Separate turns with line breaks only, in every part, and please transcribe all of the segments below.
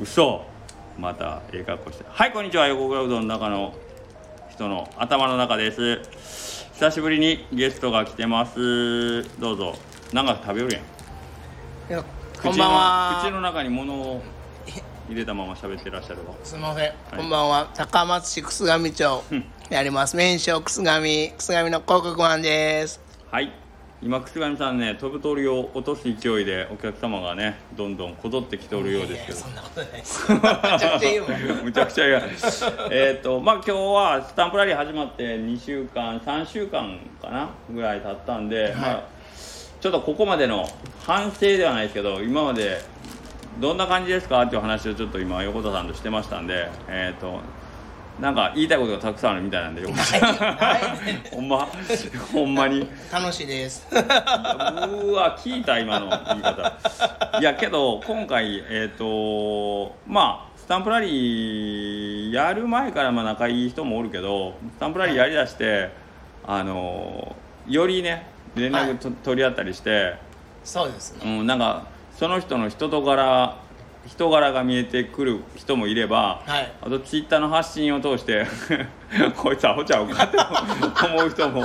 嘘またええ格好してはいこんにちは横倉うどんの中の人の頭の中です久しぶりにゲストが来てますどうぞなんか食べよるや
い
ん
や
口の
こんばん
口
は
の中に物を入れたまま喋ってらっしゃるわ
すみません、こんばんは高松市楠上町
うん
であります麺匠楠上楠上の広告マンです
はい今楠上さんね飛ぶ鳥を落とす勢いでお客様がねどんどんこぞってきておるようですけど
そんなことないです めちゃくちゃ言うもん
むちゃくちゃ嫌 えっとまあ今日はスタンプラリー始まって2週間3週間かなぐらい経ったんで、まあ、ちょっとここまでの反省ではないですけど今までどんな感じですかっていう話をちょっと今横田さんとしてましたんでえっ、となんか言いたいことがたくさんあるみたいなんで横田さん
ない
ほんまほんまに
楽しいです
うーわ聞いた今の言い方いやけど今回えっ、とまあスタンプラリーやる前からまあ仲いい人もおるけどスタンプラリーやりだしてあのよりね連絡と、取り合ったりして、
そうです
う
ね
ん、なんかその人の人と柄人柄が見えてくる人もいれば、
はい
あとツイッターの発信を通して こいつアホちゃうかって思う人も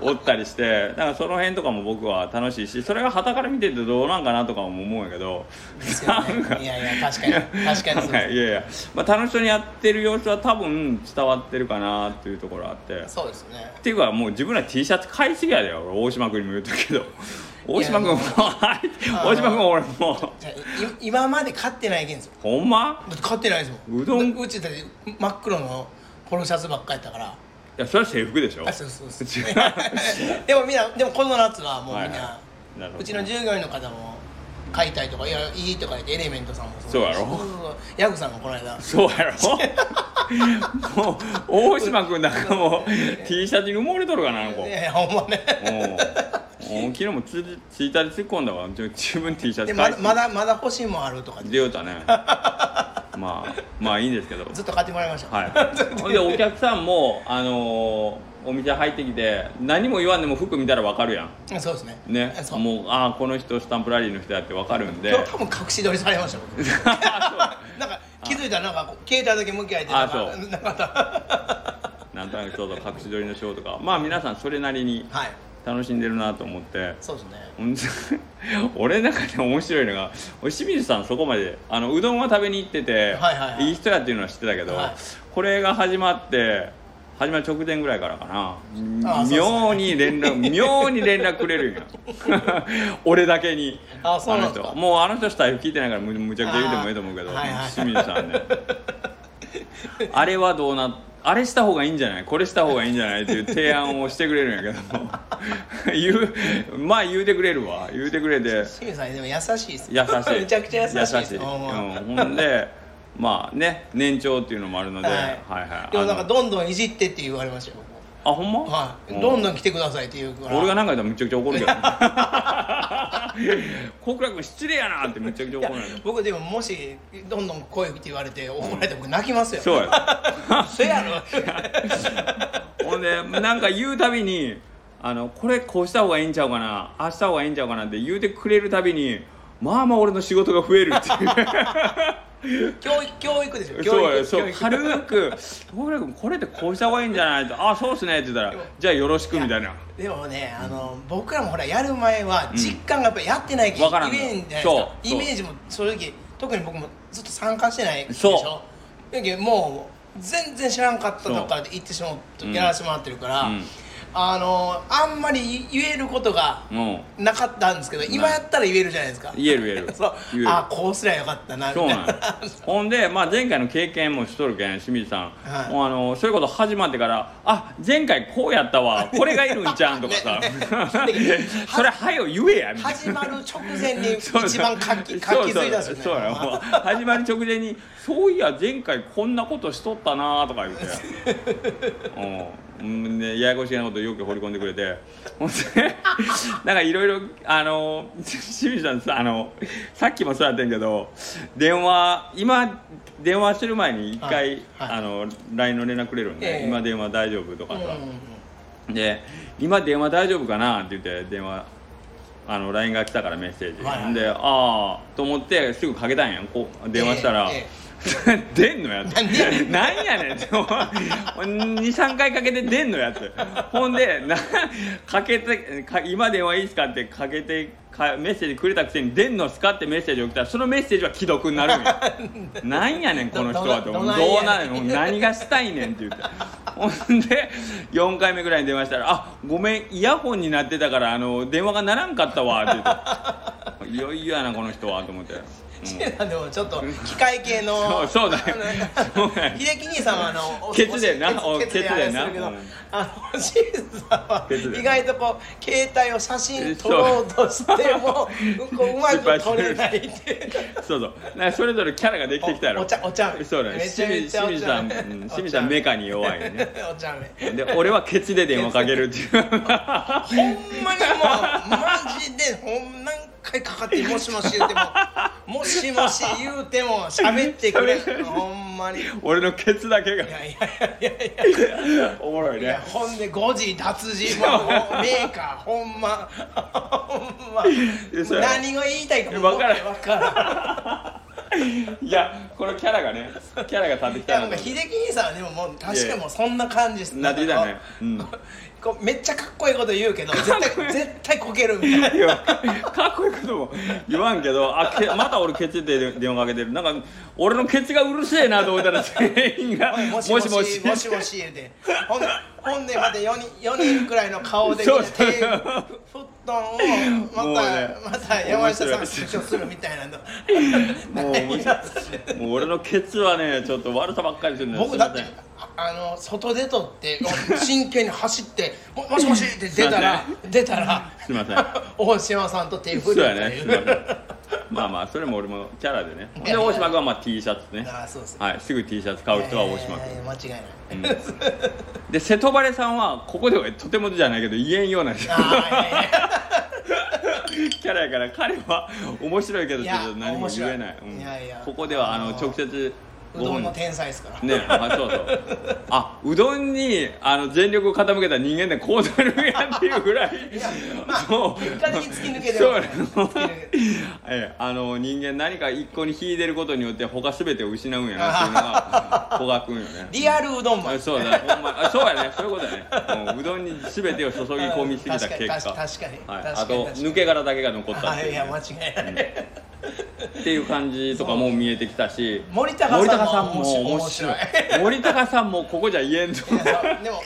おったりしてだからその辺とかも僕は楽しいしそれが傍から見ててどうなんかなとかも思うんやけど
ですよ ねいやいや確かに確かにそう
な
で
んいやいや、まあ、楽しそうにやってる様子は多分伝わってるかなっていうところあって
すそうですね
っていうかもう自分ら T シャツ買いすぎやで俺大島君にも言ったけど大島君も 大島君も俺も
じゃあい今まで買ってないけんですよ
ほんま
だって買ってないですもん
うどん
だうちだって真っ黒のポロシャツばっかりやったから
いやそれは制服でしょ
あそうそうそう
違う
でもみんなでもこの夏はもうみんな、
はいはなるほど
うちの従業員の方も買いたいとかいやいいとか言ってエレメントさんも
そうやろ
そうヤグさんがこの間
そうやろもう大島君なんかもう T シャツに埋もれとるかなあの子
いやいやほんまね
うんうん昨日もツイツイッターで突っ込んだわちょ自分 T シャ
で
ツ
ま
買
だ
い
まだまだ欲しいもんあるとか
出ようたねまあまあいいんですけど
ずっと買ってもらいました、
はい、ほんでお客さんも、あのーお店入ってきて何も言わんでも服見たらわかるや
そうですね
んね
そう
もうああこの人スタンプラリーの人やってわかるんで
今日多分隠し撮りされました 僕なんか気づいたらなんかこう携帯だけ向き合いてなん
あ
か
そう
なかった
なんとなくちょうど隠し撮りのショーとかまあ皆さんそれなりに
はい
楽しんでるなと思って
そうですね
ほんで 俺の中で面白いのが俺清水さんそこまであのうどんは食べに行ってて、
はいはいはい
人やっていうのは知ってたけど、
はい
これが始まって始まる直前ぐらいからか
あ
な
ーそうそう
妙に連絡妙に連絡くれるんや 俺だけに
あそうなん
の
ですか
人もうあの人スタイル聞いてないからむむちゃくちゃ言うてもええと思うけど、
あーはいはい
清水さんね あれはどうなあれした方がいいんじゃないこれした方がいいんじゃないっていう提案をしてくれるんやけど 言うまあ言うてくれるわ言うてくれて
清水さんでも優しいです
優しい
めちゃくちゃ優しいです
優しい、
ほんま
うん、ほんでまあね年長っていうのもあるので、
は
はいい、はいはい
でもなんか
あの
どんどんいじってって言われましたよ
あほんま、
僕はい、
う
どんどん来てくださいって言うから
俺が何か言ったらむちゃくちゃ怒るけど 小倉君失礼やなってむちゃくち
い
ゃ怒
や
るんや
僕でももしどんどん声って言われて怒られて僕泣きますよ、
そうや
そやろ
ほんでなんか言うたびにあのこれこうした方がいいんちゃうかなああした方がいいんちゃうかなって言うてくれるたびにまあまあ俺の仕事が増えるっていう
教育教育でしょ
そ
教
うや
育
そう
教育
軽く「小倉君これってこうした方がいいんじゃない?」って「あそうっすね」って言ったら
でも
「じゃあよろしく」みたいな
でもねあの僕らもほらやる前は実感がやっぱやってない
わから
イ
んの
メージじゃないです
そう
か
そう
イメージも正直特に僕もずっと参加してないでし
そう
ょだけどもう全然知らんかったとこから行ってしまうと
うん
やらせてもらってるから、
うん
あのあんまり言えることが
うん
なかったんですけど今やったら言えるじゃないですか
言える言え る
そう
言える
あこうすりゃよかったなみた
そ
い
うなん
な
やほんで、まあ、前回の経験もしとるけん清水さん、
はい
もうあのそういうこと始まってから「あ前回こうやったわこれがいるんちゃうん」とかさ それはよ言えや」みたいな。
始まる直前に一
そうそう
番活気活気づいたんですよね
そうやもう始まる直前に「そういや前回こんなことしとったな」とか言うてうんねややこしいなことよく掘り込んでくれてほんでなんかいろいろあの清水さんさあのさっきもそうやってんけど電話今電話する前に一回、
はいはい
あの LINE の連絡くれるん
え
で、
え
今電話大丈夫」とか
うん
さ、
うんうん
で「今電話大丈夫かな?」って言って電話あの LINE が来たからメッセージ、
はいはい
でああと思ってすぐかけたんやんこう電話したら、
ええ
出んのやつ
なんでや ね
なんやねんって23 回かけて出んのやつほんでなかけてか今電話いいっすかってかけてかメッセージくれたくせに出んのっすかってメッセージ送ったらそのメッセージは既読になるんや なんやねんこの人はと
ど
ど
ど
う
どないやねん
なんもう何がしたいねんって言ってほんで4回目ぐらいに電話したら「あごめんイヤホンになってたからあの電話がならんかったわ」って言って「いよいよやなこの人は」と思って。うん
でもちょっと機械系の
そうそうだよそうだよ
秀樹兄さんはあのお
ケツでな
おケツケツで
お
あれ
ケツで
す
な
るけど
うん
あの清水さんは
ケツで
意外とこう携帯を写真撮ろうとしてもこううまく撮れないっていう
そうそうなんかそれぞれキャラができてきたやろ
おお茶お茶目
そうだね
めちゃ
清
め
水
ちゃ
清
お
水
茶
さん
目
うん
お茶目
清水さんメカに弱いね
お茶目
で俺はケツで電話かけるってい う
ほんまにもうマジでほん何回かかってもしもし言うてももしもし言うても喋ってくれほんまにい
俺のケツだけが
やいやいやいやいや
おもろい
いや
ね
ほんで5時脱時もうメー カーほんまほんま
嘘やろ
何が言いたいかも
わからん
分からん
いやこのキャラがねキャラが立ってき
いや
た
なか
なんと思って
秀樹兄さんはでももう確かにもうそんな感じです
なってきたねうん
こうこうめっちゃかっこいいこと言うけど絶対絶対こけるみたいない
やかっこいいことも言わんけどあけまた俺ケツで電話かけてるなんか俺のケツがうるせえなと思ったら全員が「
も
も
し
し
も
も
し
し」
もしもし言うてほんほんでまた4人四人くらいの顔で
そうそう
手布団をま
もう
た、
ね
また山下さん
面白い
出張するみたいなの
もう面白いもう俺のケツはねちょっと悪さばっかりするのよ
僕だって
すいません
あの外出とって 真剣に走って「ももしもし」って出たら
すい
出たら
すいません
大島さんと手振
そう
る
や
って
ね
いう
すいませんまあまあそれも俺もキャラでねほんで大島君はまあ T シャツね
ああそうです
はいすぐ T シャツ買う人は大島君
えー間違いない
で瀬戸晴さんはここではとてもじゃないけど言えんようなキ
あ
ャラやから彼は面白いけどちょっと何も言えない
いや面白いいやいや
うんここではあの
あの
直接
ーうどんの
ね
天才ですから
あそ うそうあうどんにあの全力を傾けた人間でこうなるんやっていうぐらいそう
結果的に突き抜けて
そう
ますね突き抜けて
ええあの人間何か一個に秀でることによって他全てを失うんやなっていうの が古賀君よね
リアルうどんマン
あそうだほんまあそうやねそういうことやねもううどんに全てを注ぎ込みすぎた
確
結果
かに確かに確かに
はい、
確かに
あと抜け殻だけが残ったっ
あ
ていう
いや
ね、
間違いない
っていう感じとかも見えてきたし
森高さんも
森高さんも面白い森高さんもここじゃ言えんと
いやそうでも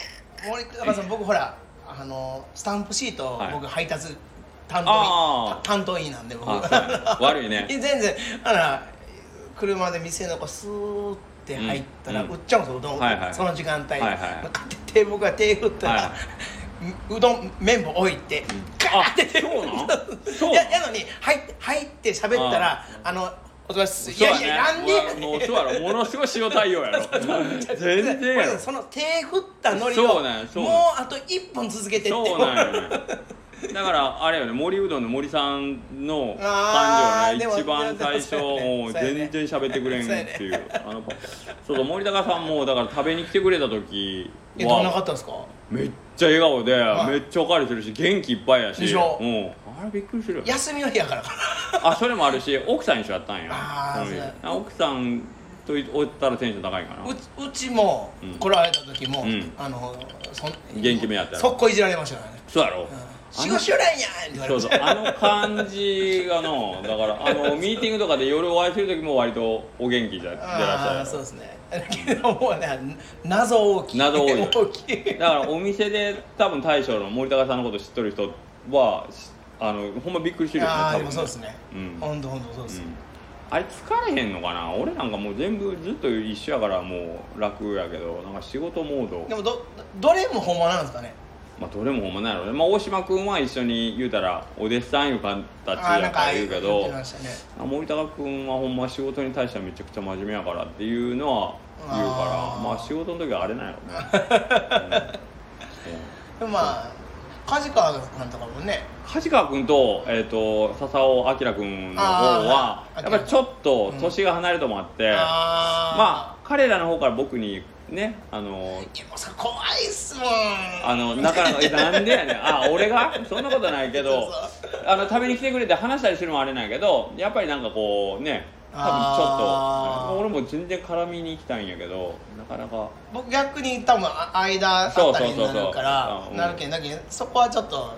森高さん僕ほらあのスタンプシート、
はい
僕配達担当
あ
員
ー
担当員なんで僕
あそうなんだ悪いね
全然あら車で店の子スーって入ったら、
うんうん
売っちゃうんですようどん、
はいはい
その時間帯、
いはいはい
買ってて僕が手振ったら、
は
うどん麺棒置いて、ガーって手振る
そうなんそう
いややのに入って入って喋ったらあのお疲れっすいやいやなんでやねん
もうそうやろものすごい塩対応やろ全然やろ
その手振ったノリを
そうなんそうなん
もうあと1本続けてって
そうなんよねだからあれよね森うどんの森さんの
あ
感
ー
情
でも
ね一番最初
そうやね
もう
そうやね
全然喋ってくれんっていうあのそうそう森高さんもだから食べに来てくれた時
えどんなか
は
ったんですか
めっちゃ笑顔で
い
めっちゃおかわりするし元気いっぱいやし
でしょ
うんあれびっくりするよね
休みの日やからか
あそれもあるし奥さん一緒やったんや
あー
うん
そうや
あ奥さんとおったらテンション高いかな
なうちうちも来られた時も、
うん
あのそん
元気めやったよ
速攻いじられましたからね
そうやろ
「
あ
仕
の
事しよらんやん!」って言われ
そ
まし
うそう
た
あの感じがのだからあのミーティングとかで夜お会いする時も割とお元気じゃでらっし
ああ
ゃ
ーそう
る
ですねけどもうね謎大きい
謎 多い
大きい
だからお店で多分大将の森高さんのこと知っとる人はしあのほんまびっくりしてるよね
ああ
多
で
分
も
ね
そうですね、
うん
ほんとほんとそうです、
うんあれ疲れへんのかな俺なんかもう全部ずっと一緒やからもう楽やけどなんか仕事モード
でもどどれもほんまなんですかね
まあどれもほんまないやろね、まあ、大島君は一緒に言うたらお弟子さんいう形や
あーなん
か
から
言うけど
ってましたね
あ森高君はほんま仕事に対してはめちゃくちゃ真面目やからっていうのは言うから
あー
まあ仕事の時はあれなんやろね、 うんうん
でもまあ梶川さんとかもね
梶川君と,、えー、と笹尾明君の
あ
方は
ーはい
やっぱりちょっと年が離れてもあって
うん
まあ彼らの方から僕にねあの
でもさ怖いっすもん
あのなかなかえなんでやねんあ俺がそんなことないけどあの食べに来てくれて話したりするのもあれなんやけどやっぱりなんかこうね多分ちょっ
あー
と俺も全然絡みに行きたいんやけどなかなか
僕逆に多分あ間あ
そう
った
そうそう
り
そう
になるから
うん
なるけんだけどそこはちょっと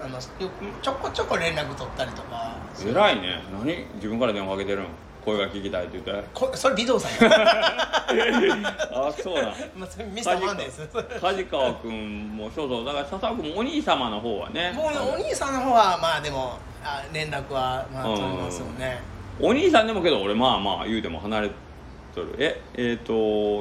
あのよくちょこちょこ連絡取ったりとか
偉いね何自分から電話かけてるん声が聞きたいっ て言って
こそれ微動さんや
あそうなん
まあそれミスターマンデーですもう
梶川君もそうそうだから笹川君もお兄様の方はね
お兄さんの方はまあでもあ連絡はまあ取りますよね
お兄さんでもけど俺まあまあ言うても離れとるええっ、と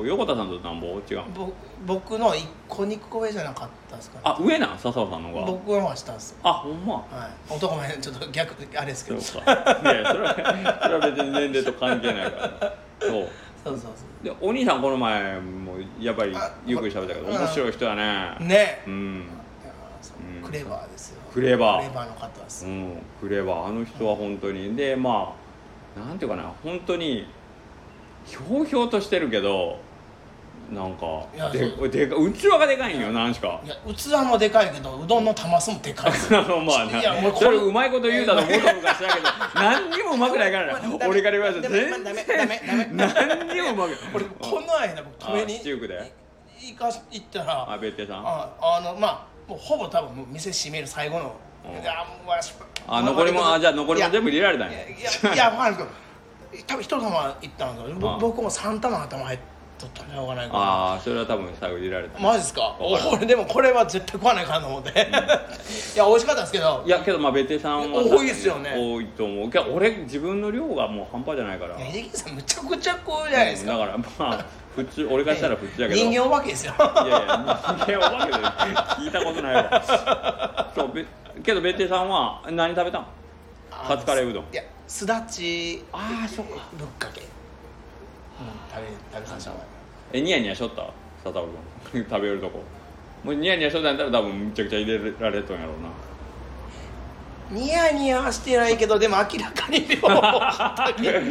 横田さんとなんぼ違う
ぼ僕の1個2個上じゃなかったですかね
あ上なん笹川さんの方が
僕の方は下です
あほんま
はい男前ちょっと逆あれですけ
そ
ど
う
そう
かいやいやそれはそれは別に年齢と関係ないからそう
そうそ
でお兄さんこの前もやっぱりゆっくり喋ったけど
うん
面白い人や
う
ね
ね
うん
いやそ
うん
うクレバーですよ
クレバー
クレバーの方です
うん、くればあの人は本当にでまあなんていうかな本当にひょうひょうとしてるけどなんか
いや
で
そ
でか器がでかいんよ何しか
いや器もでかいけどうどんの玉すもでかいです
あのまあ
いやもう
な
これ
それうまいこと言うたと思うとるかしらんけど何にもうまくな いからな 俺から言われたら全
ダ
然
メダメ ダメダメ
何にもうまくない
俺この間僕
あ
止めに
シチュークで
い行かし行ったら
あ
あ
べってさん
あのまあもうほぼ多分もう店閉める最後の
うん
いやもうわし
あ残りもあじゃあ残りも全部入れられたん
い
や
やいやいや分かんないですけど多分一玉いったんですよ
あ
ぼ僕も三玉頭入っとったんじゃないかな
ああそれは多分最後入れられた
マジですか
わかる
俺でもこれは絶対食わないかなと思って、 いや美味しかったんですけど
いやけどまあベテさんは
多いですよね
多いと思うけど俺自分の量がもう半端じゃないから
いや秀樹さんむちゃくちゃこうじゃないですか、
だからまあ普通俺がしたら普通やけど
人形お化けですよ
い やいや人間お化けで聞いたことないわ そうべけど別邸さんは何食べたんカツカレーうどん
いやすだち
ああそっか
ぶっかけ、うん、食べ食べさせてもらい
えニヤニヤしとった佐藤君食べよるとこもうニヤニヤしとったんやったら多分むちゃくちゃ入れられとんやろうな
ニヤニヤはしてないけどでも明らかに量多かった けど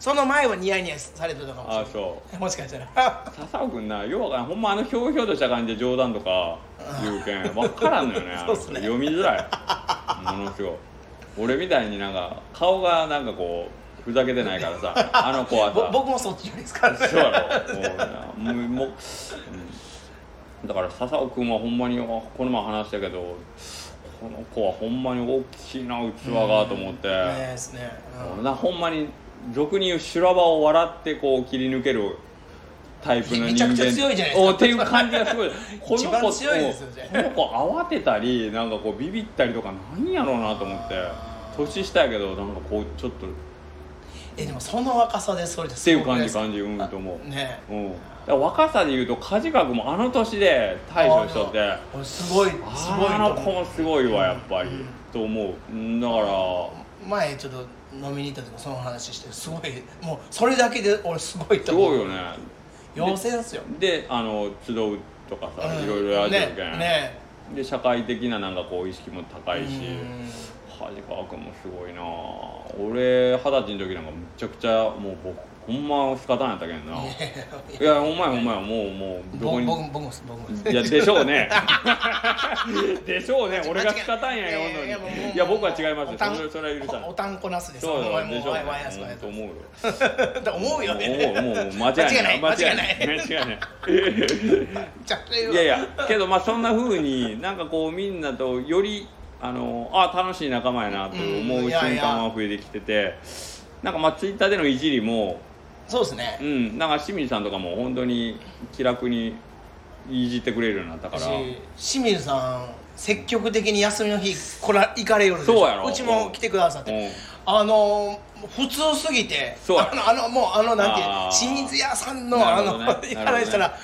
その前はニヤニヤされてたかもしれ
あ
な
あ
い
そう
もしかしたら
笹尾君なようわからんほんまあのひょうひょうとした感じで冗談とか言うけ ん分からんのよねあの人
そうっすね
読みづらいものすごい俺みたいになんか顔がなんかこうふざけてないからさ あの子は
ぼ
さ
僕もそっち寄りですからね
そうやろもうなもうもう、うんだから笹尾君はほんまにこの前話したけどこの子はほんまに大きいな器がと思って、
ねえですね、うん
なほんまに俗に言う修羅場を笑ってこう切り抜けるタイプの人間
めちゃくちゃ強いじゃないですか
おっていう感じがすごいこの 子
一番強いですよね
この子慌てたりなんかこうビビったりとかなんやろうなと思って年下やけどなんかこうちょっとっ
えでもその若さでそれって
て
す
い
ご
う
くな
感
いで
じ
すか
感じうんと思う、
ねえ
うん、だから若さで言うと梶川君もあの年で大将しとってあ
俺すごいすごい
あの子もすごいわやっぱり、
うん
と思ううんだから
前ちょっと飲みに行った時もその話してすごいもうそれだけで俺すごい
す
と思う
ごいよね
妖精ですよ、
であの集うとかさ、
うん
いろいろやってるけん、
ねね
で社会的ななんかこう意識も高いし
うん
梶川君もすごいな俺二十歳の時なんかむちゃくちゃもう僕ほんま仕方ないやったけんないやほんまやほんまやもうもうどこ
僕
に
僕僕も僕も
いやでしょ うねでしょうね俺が仕方んやよ
いやもう
のに
もう
いや僕は違います
お
よ
たん
それそれは許さな
おお
い
たんこなすですよ
そう
お
よ
前も
で
う
しょう
ワ
ね
イワイやす
うんと思うよ
だ思うよ ね
思う思う思う間違いな い
間違いない
間違いない
ちゃっと言うわ
いやいやけどまあそんなふうになんかこうみんなとよりあのあ楽しい仲間やなと思ううん
い
瞬
やいや
間は増えてきててなんかまあツイッターでのいじりも
そうですね
うんなんか清水さんとかも本当に気楽にいじってくれるようになったから
私清水さん積極的に休みの日来ら行かれよるでしょ
そうやろ
うちも来てくださって、
うん
あの普通すぎて
そうや
あのあのもうあのなんていう
あー
清水屋さんの、
な
あ
るほ
の
どね
行かないした
な
ら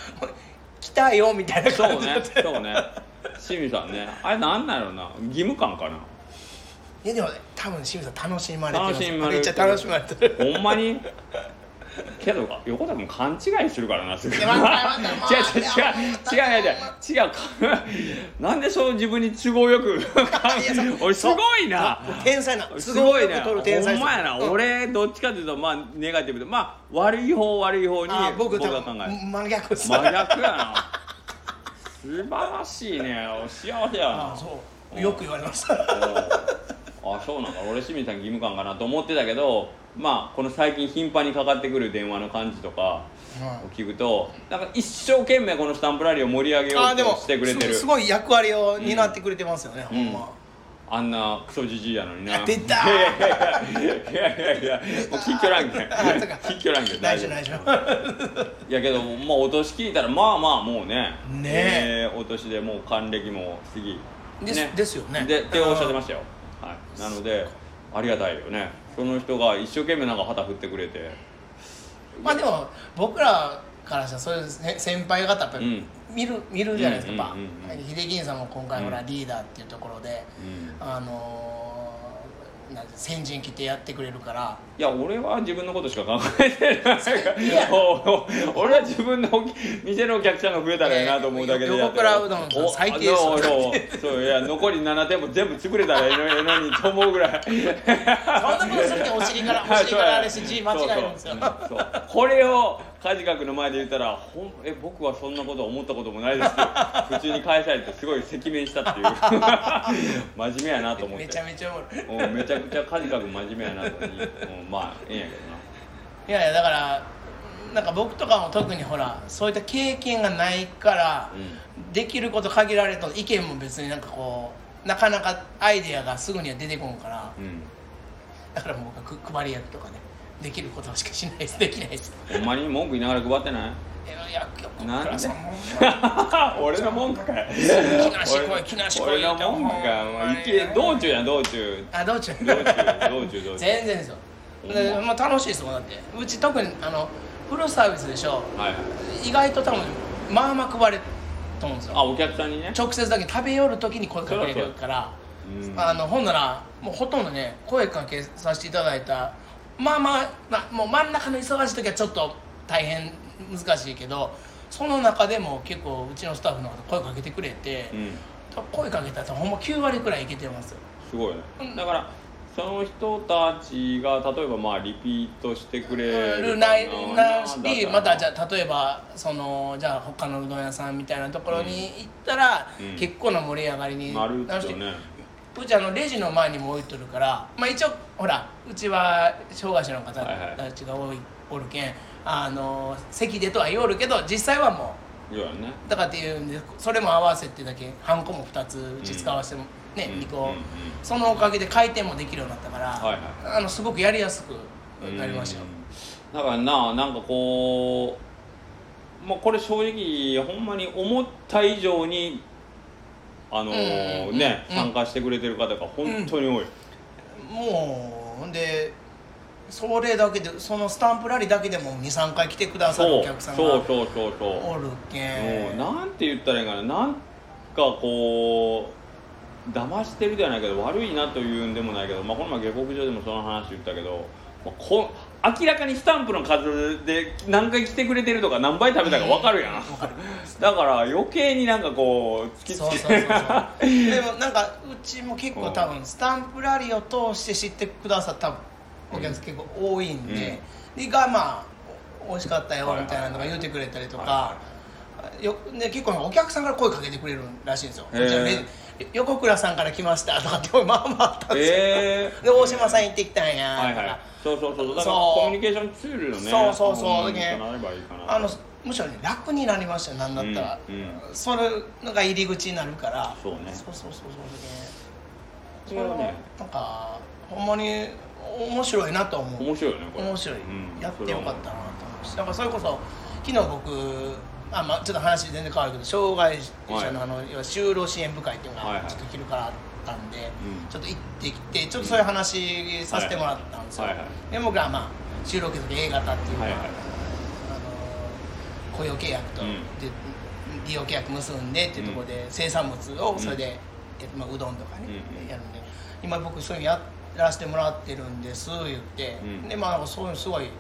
来たよみたいな
そ
感
う
じに
ね
なって、
そうね清水さんねあれなんなんやろうな義務感かない
やでもね多分清水さん楽しまれて
楽しまれてる
めっちゃ楽しまれてる
ほんまにけど横田君勘違いするからなすぐ違う違う
やまたまた
違う違う違う違う 違うなんでそう自分に都合よく 俺すごいな
天才な
すご
都
い
合よ
な
く
ほ
取る天才
んまやな、
うん
俺どっちかというとまあネガティブでまあ悪い方悪い方に
あ僕
僕
多
が考
分
える
真逆っす
真逆やな素晴らしいねお幸せやな
あそうよく言われました
おうあそうなんだ俺清水さん義務感かなと思ってたけどまあこの最近頻繁にかかってくる電話の感じとかを聞くとなんか一生懸命このスタンプラリーを盛り上げよ
あ
う
で
と
も
してくれてる
すすごい役割を担ってくれてますよね、ほん
うん
ま
あんなクソじじいやのにな
出た
いやいやいやいやいやいやもう喫居ランクや
あそうか
喫居ランクや
大丈夫大丈夫
いやけどまあお年聞いたらまあまあもうね
ね
えーお年でもう還暦も過ぎ
ですですよね
でっておっしゃってましたよ、はい、なのでありがたいよねその人が一生懸命なんか旗振ってくれて
まあでも僕らからしたらそういうせ先輩方やっぱり見る、見るじゃないですか、やっぱ
うんうんうんうん
秀樹兄さんも今回ほら
うん
リーダーっていうところで、
うん
あのーなんて先陣切ってやってくれるから
いや俺は自分のことしか考えて ない
いや
おお俺は自分のお客店のお客さんが増えたらいいなと思うだけでやってる
いや横倉うどんさん
お
最低ですよ
そうそうそういや残り7店舗全部潰れたらいいのええのにと思うぐらい
そんなことするってお尻からお尻から あれして字間違えるんですよ
そうそううんそうこれをカジカ君の前で言ったらほんえ僕はそんなこと思ったこともないですって普通に返されてすごい赤面したっていう 真面目やなと思って
めちゃめちゃおもろい
うんめちゃくちゃカジカ君真面目やなとに、うん、まあええんやけどない
やいやだからなんか僕とかも特にほらそういった経験がないから、できること限られると意見も別になんかこうなかなかアイデアがすぐには出てこんから
うん
だからもう僕配り役とかねできることしかしないですできないです
ほんまに文句言いながら配ってない
いやいや僕
なんで
らさんも
俺の文句かい
木梨来い木梨来い
俺の文句かもういけ道中やん道中
あどうちゅう
道中道中 道中
全然ですよでまあ、楽しいですもんだってうち特にあのフルサービスでしょ
はい
意外と多分まあまあ配れると思うんですよ
あお客さんにね
直接だけ食べ寄る時に声かけるから
うん
あのほんならもうほとんどね声かけさせていただいたまあまあ、まあ、もう真ん中の忙しい時はちょっと大変難しいけどその中でも結構うちのスタッフの方声かけてくれて、
うん
声かけたらほんま9割くらいいけてますよ
すごいね、
うん
だからその人たちが例えばまあリピートしてくれる
ル
か
ないなし
だったら
またじゃあ例えばそのじゃあ他のうどん屋さんみたいなところに行ったら、
うん
結構な盛り上がりに
なる
な
っ
る
す
し
よね
うちあのレジの前にも置いとるから、まあ、一応ほらうちは障害者の方たちが多い、おるけんあの席でとは言おるけど実際はも
そうやね
うだからっていうんでそれも合わせてだけハンコも2つうち使わせても、ね、
うん
2個、
うんうん
そのおかげで回転もできるようになったから、
はい
あのすごくやりやすくなりましたよ、
うんだからななんかこうまあこれ正直ほんまに思った以上にあの
うんう
ー
んうん
ね
うん
参加してくれてる方が本当に多い、
もうほんでそれだけでそのスタンプラリーだけでも23回来てくださる
そ
お
う
客さんが
そうそうそうそう
おる
も
け
うんなんて言ったらいいかななんかこう騙してるではないけど悪いなというんでもないけど、まあ、この前下克上でもその話言ったけど、まあこ明らかにスタンプの数で何回来てくれてるとか何倍食べたか分かるやん、
わかる
だから余計になんかこう突きつ
そう そう
け
そうそうでもなんかうちも結構多分スタンプラリーを通して知ってくださったお客さん結構多いんで、でがまあお美味しかったよみたいなのが言ってくれたりとか
は、
よで結構お客さんから声かけてくれるらしいんですよ、
へー
じゃあね横倉さんから来ましたとかってまあまああったんですよ、
えー
で大島さん行ってきたんやとか、
はいはいそうそうそうだから
そう
コミュニケーションツールのね
そうそうそう
本に
だけ
なればいいかな
あのむしろね楽になりましたよなんだったら、
うんう
それのが入り口になるから
そうね
そうそうそうそう
それはね
なんかほんまに面白いなと思う
面白いよねこれ
面白い、
うん
やってよかったなと
それは
思うしだからそれこそ昨日僕あ、まあ、ちょっと話全然変わるけど障害者のあの、要は就労支援部会っていうの
はい
が
はい
ちょっと昼からあったんで、
うん
ちょっと行ってきてちょっとそういう話させてもらったんですよ、
はいはいはい
で僕はまあ就労継続 A 型っていうのは、
はいはい
あの雇用契約と、
うん
で利用契約結んでっていうところで生産物をそれで、えっとまあ、うどんとかね、
うんうん
やるんで今僕そういうのやらせてもらってるんです言って、
うん
でまあそういうのすごいなん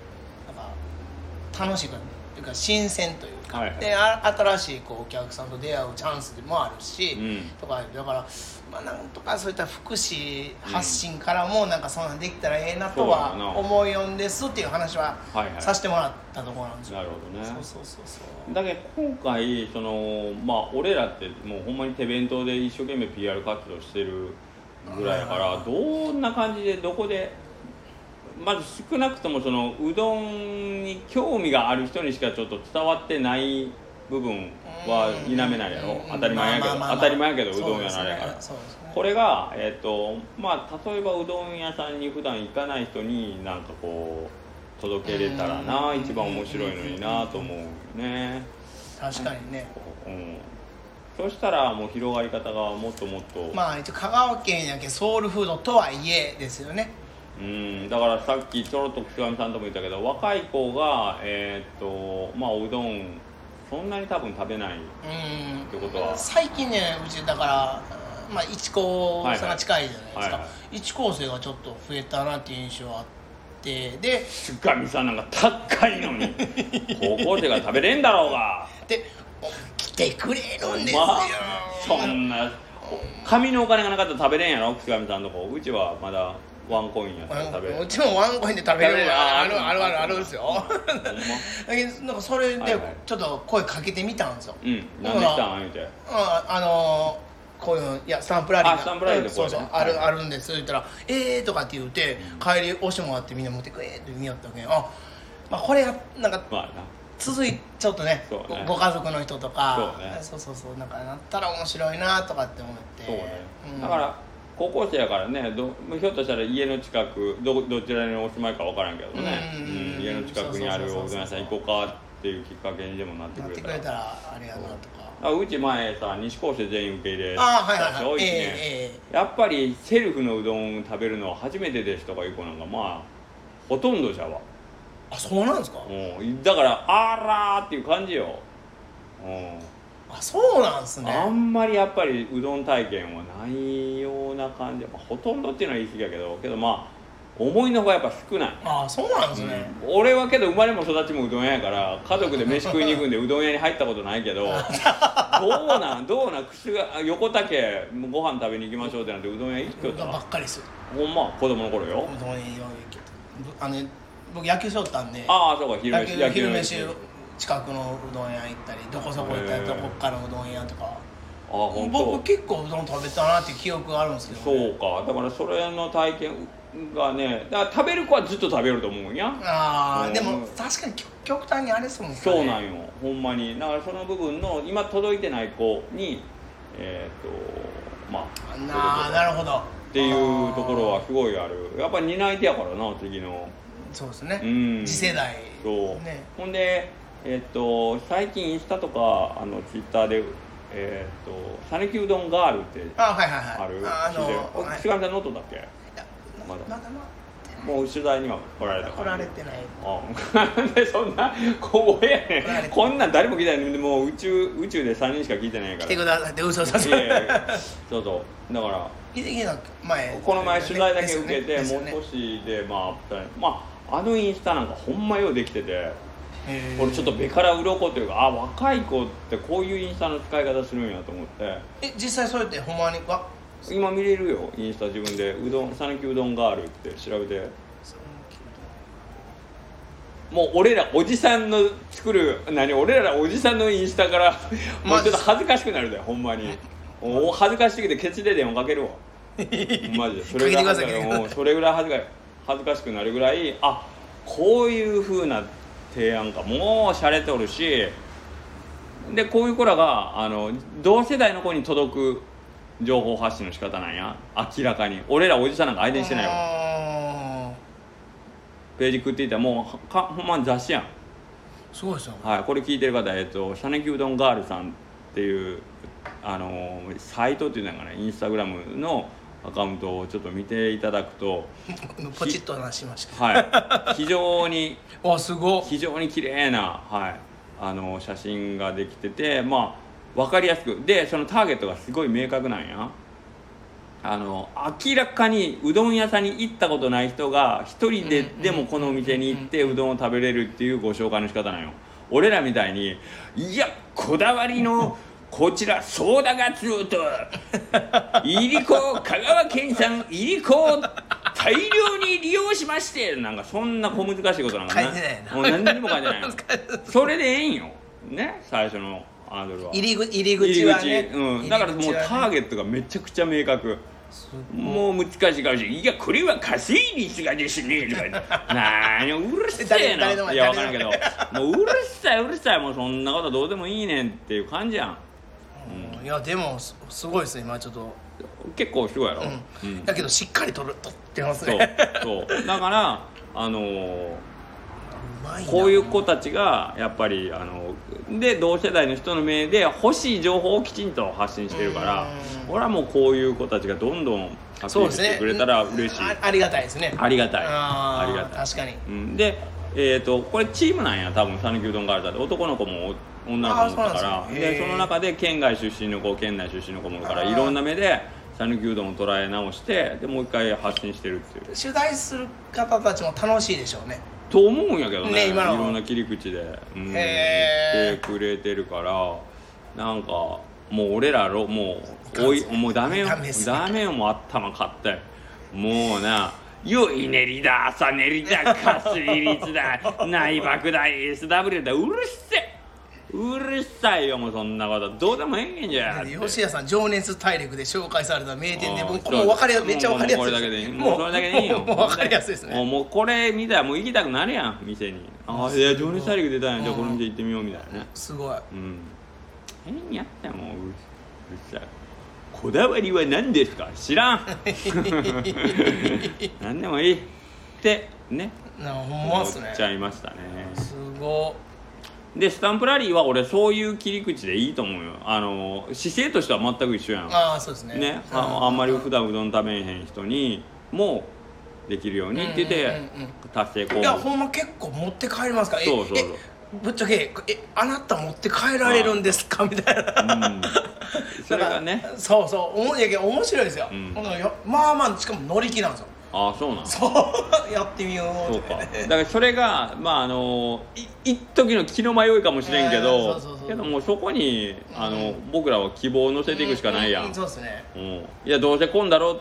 か楽しくというか新鮮というか、
はいはい
であ新しいこうお客さんと出会うチャンスでもあるし、
うん
とかだから、まあ、なんとかそういった福祉発信からもなんかそんなんできたらええなとは
そうやな
思いよんですっていう話は
はいはい
させてもらったところなんですよ、
なるほどね
そうそうそうそう
だけど今回そのまあ俺らってもうほんまに手弁当で一生懸命 PR 活動してるぐらいだから
あ
どんな感じでどこでまず少なくともそのうどんに興味がある人にしかちょっと伝わってない部分は否めないやろ
うん
当たり前やけど
まあまあまあまあ
当たり前やけどうどん屋
そ
な
う
れ
です
やか
ね
ら
そうですね
これが、えっとまあ、例えばうどん屋さんに普段行かない人になんかこう届けれたらな
うん
一番面白いのになと思うよね、
確かにね
うん、そしたらもう広がり方がもっともっと、
まあ一応香川県やけソウルフードとはいえですよね
うん、だからさっきちょろっとくしがみさんとも言ったけど若い子が、えっとまあ、うどんそんなに多分食べない
うん
ってことは
最近ねうちだからまあ一高さんが近いじゃないですか、
はいはいはい
一高生がちょっと増えたなっていう印象はあってで
くしがみさんなんか高い のに高校生が食べれんだろうが。
でお来てくれるんですよ、
まあ、そんな紙のお金がなかったら食べれんやろ口上さんとこうちはまだワンコインやから食べれ
う
る
ちもワンコインで食べるもの
食べれる
あるあるあるあるんです
ほ
よ
んま
だけどなんかそれ
はい
で
はい
ちょっと声かけてみたんですよ、
うん何でしたん言うて
ああのーこういうのいやスタンプラリー
あスタンプラリーのこ
そ
れ
う
ね
そう
は
あ
い
るあるんですって言ったら「えー」とかって言うて
うん
帰り押してもらってみんな持ってくれって見よったわけあまあこれがなんか
まあな
続いちょっとね
そうね
ごご家族の人とか
そうね
そうそうそうなんかなったら面白いなとかって思って
そうね
ん
だから高校生やからねどひょっとしたら家の近くどどちらにお住まいか分からんけどね
うん
うん家の近くにある
そう
お
そうそうそう
うどん屋さん行こうかっていうきっかけにでもなって
なっ
くれ
て
た
く
ら
れたらあれやなとか
あうち前さ西高生全員受け入れ
ああはいはいは
た
い
でしょ
え
一年
ええ
やっぱりセルフのうどん食べるのは初めてですとかいう子なんかまあほとんどじゃわ
えあそうなんですか
もうだからあらーっていう感じよ、う
あそうなんです
ん、あ
ね
んまりやっぱりうどん体験はないような感じ、まあ、ほとんどっていうのは言い過ぎやけどけどまあ思いのほがやっぱ少ない、
あそうなんですね
俺はけど生まれも育ちもうどん屋やから家族で飯食いに行くんでうどん屋に入ったことないけ どどうなんどうなん串があ横竹ご飯食べに行きましょうってなってうどん屋行って
う
よっ
ど
た
んば
な
っかりですよ
ほんま子供の頃よ
うどん屋行けどぶあの僕野球しとったんで
ああそうか昼
野
飯
球昼飯近くのうどん屋行ったりどこそこ行ったり
へえ
どこっかのうどん屋とか
あ本
僕
当
結構うどん食べたなっていう記憶があるんですけど、
そうかだからそれの体験がねだから食べる子はずっと食べると思うんや
ああ、
うん
でも確かに極極端にあれそうですよね
そうなんよほんまにだからその部分の今届いてない子にえっ、とまあ
なあなるほど
っていうところはすごいあるやっぱり担い手やからな次の
そうですね、
うん
次世代
そう、
ね
ほんでえっ、と最近インスタとかあのツイッターでえっ、と讃岐うどんガールって
ああはいはいはい
ある
ああの
お
はい
岸上さん乗っとったっけ
いや
ま
ま
だ
だまだ
もう取材には来られた
来られてない
あ なんでそんな小声や
来られ
ねん
て
こんなん誰も聞いてないもう宇宙宇宙で3人しか聞いてないか
来
ら
てくださいって嘘嘘嘘
いやいやそうそうだから
秀樹の前
この前取材だけ受けて、
ですよ
もう
ね
少しでまあアップされまああのインスタなんかほんまようできてて
へー
俺ちょっと目から鱗というかあ若い子ってこういうインスタの使い方するんやと思って
え実際それってほんまにわ
今見れるよインスタ自分でうどん讃岐うどんガールって調べてもう俺らおじさんの作る何俺らおじさんのインスタからも
ま
う
あ
ちょっと恥ずかしくなるでほんまにお恥ずかしすぎてケチで電話かけ るわマジでそれぐらい恥
かけてくださいかけてくだ
ずか
さい
もうそれぐらい恥ずか恥ずかしくなるぐらいあこういう風な提案かもう洒落ておるしでこういう子らがあの同世代の子に届く情報発信の仕方なんや明らかに俺らおじさんなんか相手にしてないわ
わ
ページ食っていたらもうかほんまに雑誌やん
すごいですよ
はい、これ聞いてる方、えっと、サネキうどんガールさんっていう、あのーサイトっていうのかな、インスタグラムのアカウントをちょっと見ていただくと、
ポチッと話しました
はい、非常に、
わすごっ
非常に綺麗な、はい、あのー写真ができてて、まあ、わかりやすく、で、そのターゲットがすごい明確なんや。あの明らかにうどん屋さんに行ったことない人が一人で
うん
でもこのお店に行ってうどんを食べれるっていうご紹介の仕方なんよ俺らみたいにいやこだわりのこちらソーダガツオといりこ香川県産いりこを大量に利用しましてなんかそんな小難しいことなんか
書いてないな
もう何にも書いてない のそれでええんよね最初のアードルは
入り口入り口は
入り
ね
口うん、だからもうター
ゲ
ゲットがめちゃくちゃ明確もう難しいかもしれないいやこれは稼い率がですねとか言 ってなーにうるせえ
誰誰の
な
前
いやわからんけどもううるさいうるさいもうそんなことどうでもいいねんっていう感じやん
いやでもすすごいですね今ちょっと、
結構すごいやろ、
う
うんん
だけどしっかりとるとってます
そう
ね
そうだからあのー
うまいな
こういう子たちがやっぱりあので同世代の人の目で欲しい情報をきちんと発信してるから
うん
俺はもうこういう子たちがどんどんアピ
そうで
ールし
す
て
ね
くれたら嬉しい
あありがたいですね
ありがたい
あ
ありがたい、
確かに
うん、でえー、とこれチームなんや多分讃岐うどんガールズだって男の子も女の子もおっ
あー
たか
そうな
ら
ん
そ
です
で,、
ねへー
その中で県外出身の子県内出身の子もおるから
あー
いろんな目で讃岐うどんを捉え直してでもう一回発信してるっていう
取材する方たちも楽しいでしょうね
と思うんやけどね
ね今の
いろんな切り口で、うん、言
へー
ってくれてるからなんかもう俺らろもうおいもうダメよ
ダメっすね
ダメよもう頭買ったよもうな「よいねりだ朝ねりだかすり 率だ内爆だ SW だうるせえうるさいよもうそんなことどうでもええんやんじゃ」
吉田さん情熱大陸で紹介された名店で
うん
もうこれもう分かりやめっちゃ分かりやすい
もうこれだけでいい
も
も
う
うそれだけでいいよ
もうもう分かりやすいです
もう
ね
もうこれ見たらもう行きたくなるやん店にああいや情熱大陸出たんやじゃあこの店行ってみようみたいなね
すごい
うん変にやったよもううるさいこだわりは何ですか 知らん何でもいいってね
なほんま
思
っ
っ
すね
ちゃいましたね
すご
でスタンプラリーは俺そういう切り口でいいと思うよあの姿勢としては全く一緒やん
ああそうですね
ね
う
ああんまり普段うどん食べへん人にもできるようにって言って
うんうんうん
達成
い
功
やほんま結構持って帰りますからえ
そうそうそう
えぶっちゃけえあなた持って帰られるんですかみたいな、
うんそれがね
だからそうそうおもいやけど面白いですよ,、
うん
よまあまあしかも乗り気なんですよ
ああそうなん
そうやってみよう
そう
と
か
ね
だからそれがまああのい一時の気の迷いかもしれんけ
えーそ
ど
うそうそう
けどもうそこにあの、
う
僕らは希望を乗せていくしかないやん、
う
う
うそうですね
んいやどうせ混んだろ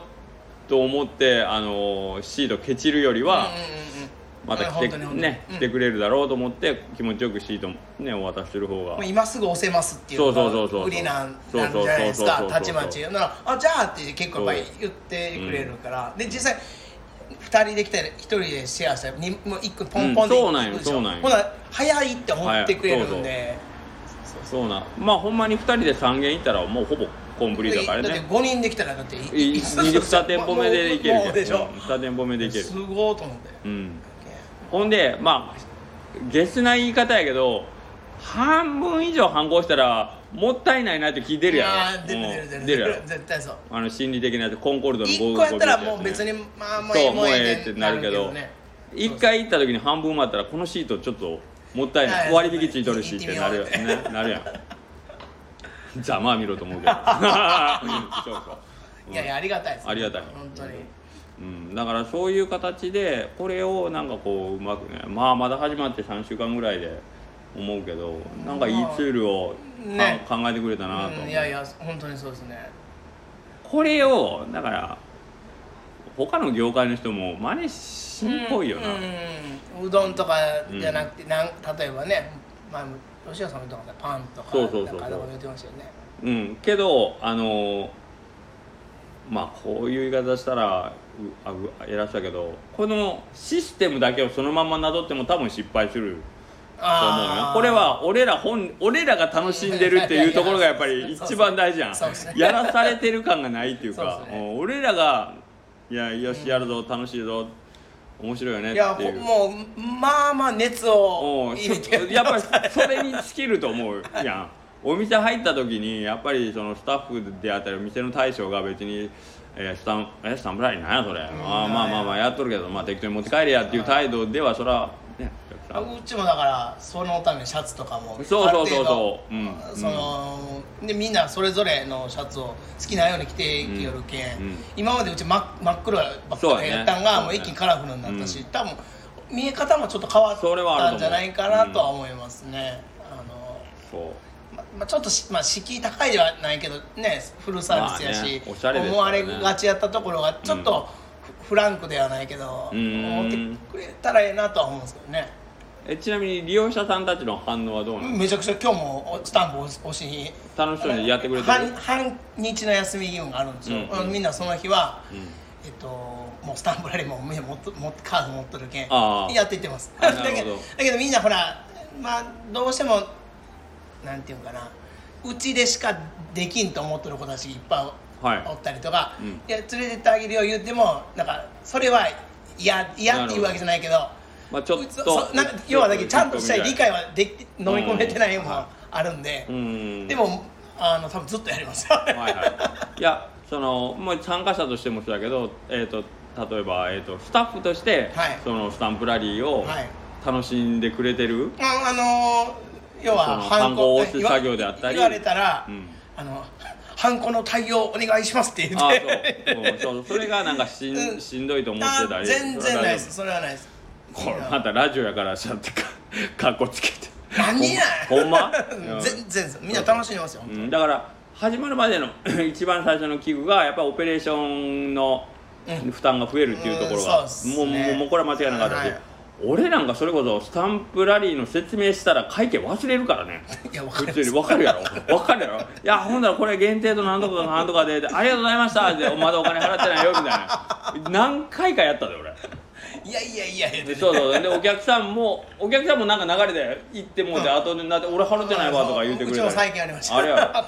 と思ってあのシードケチるよりは、また来て,、ね、来て
く
くれるだろうと思って気持ちよくシートねお渡しする方が、
今すぐ押せますっていうの
そうそうそうそう
が売りなんなんじゃないです
そうそうそ
か
うそうそうそう
たちまちならあじゃあって結構やっぱり
そう
言ってくれるからで実際2人で来たり1人でシェアしたりにもう1個ポンポンで
うんそうなんよ
行くでしょ
そうなんよ
ほな早いって思ってくれるんで
そうなんまあほんまに2人で3軒行ったらもうほぼコンプリートだから
だって
ね
5人できたらだっていい
2店舗目でいけ
もうも
る
う
け
でし
ど、うん
ょ、
2店舗目でいける
すごいと思って
うんほんでまあゲスな言い方やけど半分以上反抗したらもったいないなって聞いてるや
あ
ろ
ー出る
うん
出る
出
出
る
る
や
出る
ろ
絶対そう
あの心理的なやつコンコルドの
1
5
個やったらもう別にまあもうえ
そ
え
う
もうええ
もうええ
っ
ってて
な
な
る
る
け
け
ど
ど
ね
1回行った時に半分もあったらこのシートちょっともったいな
はい
い割引ついとるしってなるよ
行ってみ
ね なるやんざまあ見ろと思うけどそうそう
いやいやありがたいです
ありがたい
本当に
うん、だからそういう形でこれをなんかこううまくねまあまだ始まって3週間ぐらいで思うけどなんかいいツールを、
ね
か考えてくれたなと、
うんいやいや本当にそうですね
これをだから他の業界の人も真似しんぽいよな、
うんうんうどんとかじゃなくてなん例えばね前も吉田さんも言ってましたパンとか
そうそうそうそう
なんかあれも言ってましたよね
うん、けどあのーまあこういう言い方したらうあう偉そうだけどこのシステムだけをそのままなぞっても多分失敗すると思うよ
ー
これは俺ら本俺らが楽しんでるっていうところがやっぱり一番大事じゃん
そうですね
やらされてる感がないっていうか
そうですね
うん俺らが「いやよしやるぞ楽しいぞ面白いよね」
いや
ってい
ほ
う
もうまあまあ熱を
うん
入れて
そやっぱりそれに尽きると思うやんお店入った時にやっぱりそのスタッフであったりお店の大将が別に「えースタンえスタンプラリーなんやそれ、あーまあまあまあやっとるけど、まあ、適当に持ち帰れや」っていう態度ではそら、ね、お客から
うちもだからそのためにシャツとかも
そうそうそう
あ
そう、うん
る程度そのでみんなそれぞれのシャツを好きなように着てきよるけん、
うんうん
今までうち真真っ黒ばっ
そう
か
や
り
ね
やったんが
そ
も
うや
う
ね
一気にカラフルになったし、多分見え方もちょっと変わっ
それはあ
たん
ると思う
じゃないかなとは思いますね。あの
そう
ままあ、ちょっとし、まあ、敷居高いではないけどねフルサービスや
まあ
し
ね、おしゃれです
思
か
わ
らね
れがちやったところがちょっとフ,、ランクではないけど
うん
思ってくれたらええなとは思うんですけどね
えちなみに利用者さんたちの反応はどうなの
めちゃくちゃ今日もおスタンプ押しに
楽しそうにやってくれてる
半半日の休み義務があるんですよ、
うんうん
みんなその日は、
うん
えっともうスタンプラリーもみんな持っと持っカード持っとるけん
ああ
やっていってます
あ
だ
なるほど
けどだけどみんなほらまあどうしてもなんていうかなうちでしかできんと思っとる子たちいっぱいお,、
はい
おったりとか、
うん
いや連れてってあげるよ言ってもなんかそれは嫌嫌っていうわけじゃないけど
まあちょっ
そ
と
そなんか要はだけどちゃんとした理解はでき飲み込めてないもん
は
あるんで、
うん
でもあの多分ずっとやり ますよ、
はいはい、いやそのもう参加者としてもそうだけど、えー、と例えば、えー、とスタッフとして、
はい
そのスタンプラリーを
はい
楽しんでくれてる、
ああのー要は
そのハンコを押す作業であったり
言われたら、
うん
あのハンコの対応お願いしますって言
あ
って
ーそう、うんそうそれがなんかしん,、
うん
しんどいと思ってた
あ
り
全然ないです
そ
それはないです
れは大丈夫これまたラジオやからしゃってかかっこつけて
何や
ほんまうん
全然ですみんな楽しんでますよ、
うんだから始まるまでの 一番最初の器具がやっぱりオペレーションの
うん
負担が増えるっていうところ
う
が
んそうっすね
もうもうもうこれは間違いなかったし、
はい
俺なんかそれこそスタンプラリーの説明したら会計忘れるか らね
いやわか
普
り
通
ま
に
す
分かるやろ分かるやろいやほんならこれ限定と何とか何とかででありがとうございましたでまだお金払ってないよみたいな何回かやったで俺
いやいやいやいや
でそうそうでお客さんもお客さんもなんか流れで行ってもうて後でなって俺払ってないわとか言って
う
くれ
ち
た
も
り
最近ありました
あ れや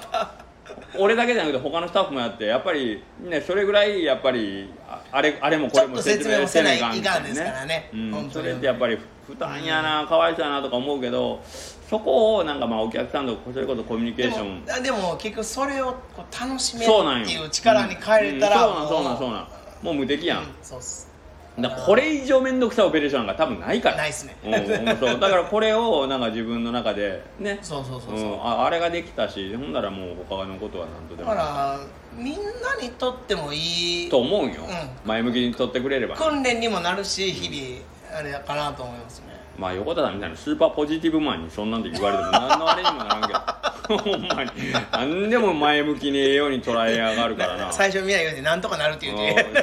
ろ俺だけじゃなくて他のスタッフもやってやっぱりねそれぐらいやっぱりああれあれもこれも説明せないかんみた
ちょっと説明をせないいかんですからね本
う
当
ん、
に
それってやっぱり負担やなかわいそうやなとか思うけどそこをなんかまあお客さんとそれこそコミュニケ
で
ーショ
も
ン
あでも結局それをこう楽しめる
そうなんよ
っていう力に変えれたら、
うんうんそうなんそうなんそう
なん
なんもう無敵やん、
そうっす
だからこれ以上面倒くさいオペレーションなんか多分ないから
ないっすね
うんうんそうだからこれをなんか自分の中でね
そうそうそうそう、
ん、ああれができたしほんならもう他のことは何とで
だか
も
らみんなにとってもいい
と思うんよ、
う
前向きに取ってくれれば
訓練にもなるし日々あれかなと思いますね
まあ横田さんみたいなスーパーポジティブマンにそんなんで言われても何のあれにもな らんけどほんまに何でも前向きにええように捉えやがるから な
最初未来言うてなんとかなるって
う
言
ん
う
そう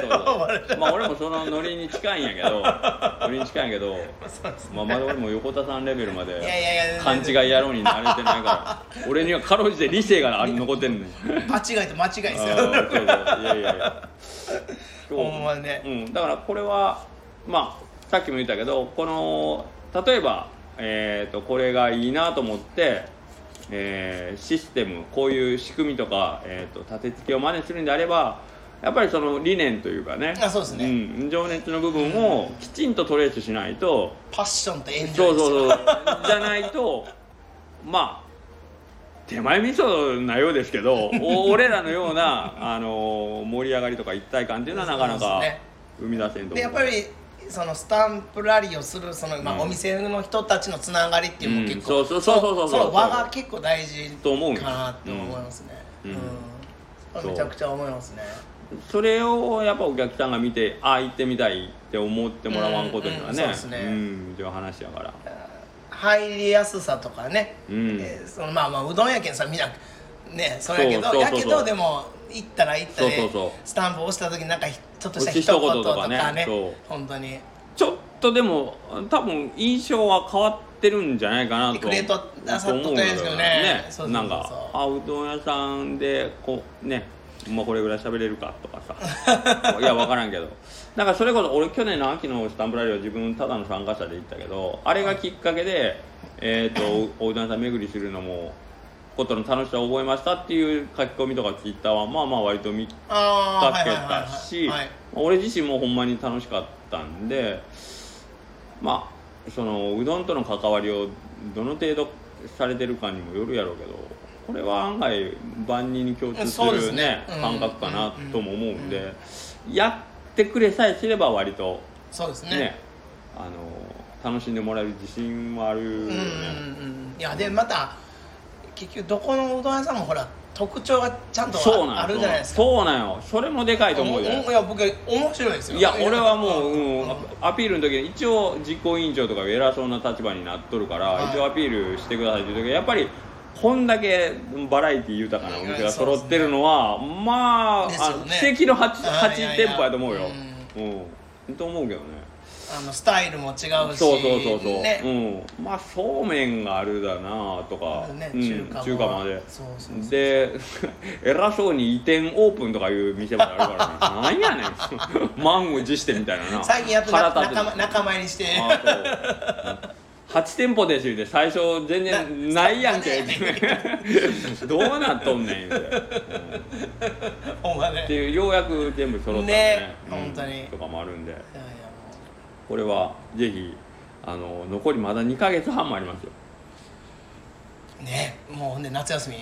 て
そうまあ俺もそのノリに近いんやけどノリに近いんやけど、まあ、まだ俺も横田さんレベルまで
いやいやいや
勘違い野郎になれてないから俺にはかろうじて理性があ残ってん ねん
間違いと間違いです
あ
よ
ーそうそういやいやいや
ほんまね
うん、だからこれはまあさっきも言ったけどこの例えば、えー、とこれがいいなと思って、えーシステムこういう仕組みとか、えー、と立て付けを真似するんであればやっぱりその理念というかね
あそうですね
うん、情熱の部分をきちんとトレースしないと、
パッションとエンジョ
そ
イ
う
ですよ
そうそうじゃないとまあ手前味噌なようですけどお 俺らのような、あのー盛り上がりとか一体感っていうのはなかな
そう
か
ですね
生み出せんと思う
でやっぱりそのスタンプラリーをするその、まあ、お店の人たちのつながりっていうのも結構、
うんそうそうそうそうそう
その輪が結構大事
と思うよ
かなって思いますね
うん
うん
うん
それめちゃくちゃ思いますね
それをやっぱお客さんが見てああ行ってみたいって思ってもらわんことに
うん
はね
うんそうですね
うんっていう話やから
入りやすさとかね、
うん
えーそのまあまあうどんやけんさみんなねそれやけど
そうそうそうそう
やけどでも行ったら行ったで
そうそうそう
スタンプ押した時になんかひちょっとした
押
一
し
言
一言
と
とか
か
ね
ね
そう
本当に
ちょっとでも多分印象は変わってるんじゃないかなと
リクレートなさっとったやつよね
思う
そうそうそう
なんかあうどん屋さんでこうねまあこれぐらい喋れるかとか さいや分からんけどなんかそれこそ俺去年の秋のスタンプラリーは自分ただの参加者で行ったけどあれがきっかけでえっ、とおおうどん屋さん巡りするのもことの楽しさを覚えましたっていう書き込みとかツイッターはまあまあ割と見
ああ
かけたし
はいはいはいはい、
俺自身もほんまに楽しかったんでまあそのうどんとの関わりをどの程度されてるかにもよるやろうけどこれは案外万人に共通す
そうです
るね
ねうん
感覚かなとも思うん
うん
でやってくれさえすれば割と
そうですね
ねあの楽しんでもらえる自信はあるよ
うんうん
ね
うんいやでまた結局どこのうどん屋さんもほら特徴がちゃんと
そう
あ
なん
あるじゃないですか
そうなんよそれもでかいと思うよ
おおいや僕面白いですよ
いや俺はもう、うん
ん
アピールの時に一応実行委員長とか偉そうな立場になっとるから、
はい
一応アピールしてくださいっていう時はやっぱりこんだけバラエティ豊かなお店が揃ってるのは、まあ,、
ですよ
あの
ね
奇跡の 8,
はいはいはい
店舗やと思うよ、うんと思うけどね
あのスタイルも違うし
そうそうそうそう、
ね
うん、まあそうめんがあるだなとか、
ね
うん
中華も
中華まで
そうそうそう
で 偉そうに移転オープンとかいう店もあるからねなんやねん 満を持してみたいなな
最近やっと
腹
な
立って
仲間仲間入りして
あそう8店舗です言うて最初全然ないやん けってどうなっとんねん言うて
ほんまね
って
いやい
いうようやく全部揃ったんで
ね
うん
本当に
とかもあるんで
や
これはぜひあの残りまだ2ヶ月半もあ りますよ
もうねもうほんで夏休み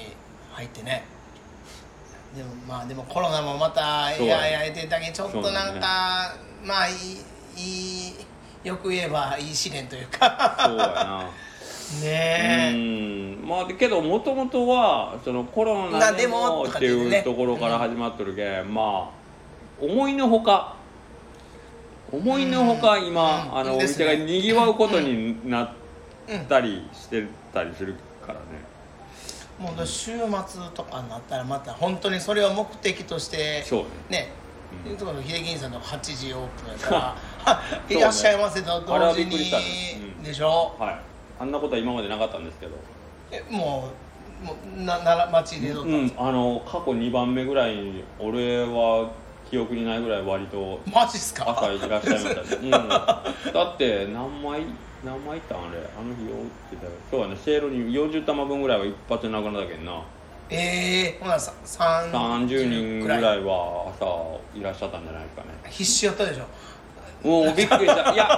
入ってねでもまあでもコロナもまた
そう
い
だ
や
ね
いやいてだけちょっとなんか、まあいいいいよく言えばいい試練というか
そうやな う
ねえ
んまあけどもともとはそのコロ
ま
ナ
あ
で
で
も
も
っていうところから始まっとるけんまあ思いのほか思いのほか今、
うん
あの
うん
お
です
店
ね
がにぎわうことになったりしてたりするからね、
もう週末とかになったらまた本当にそれを目的として
そうね
ね
う
うんいうところの秀樹さんの8時オープンやから いらっしゃいませと同時
あれはびっくり
に
したねうん
でしょ、
はいあんなことは今までなかったんですけど
えもうもうな奈良町でどっ
う
たん
ん
ですか、
あの過去2番目ぐらいに俺は記憶にないぐらい割と
マジっすか
朝いらっしゃいましたね、うん、だって何枚何枚いったんあれあの日よってた今日はねせいろに40玉分ぐらいは一発でなくなったけんな
ええほなさ30
30人ぐらい
い
は朝いらっしゃったんじゃないですかね
必死やったでしょ
もうびっくり したいや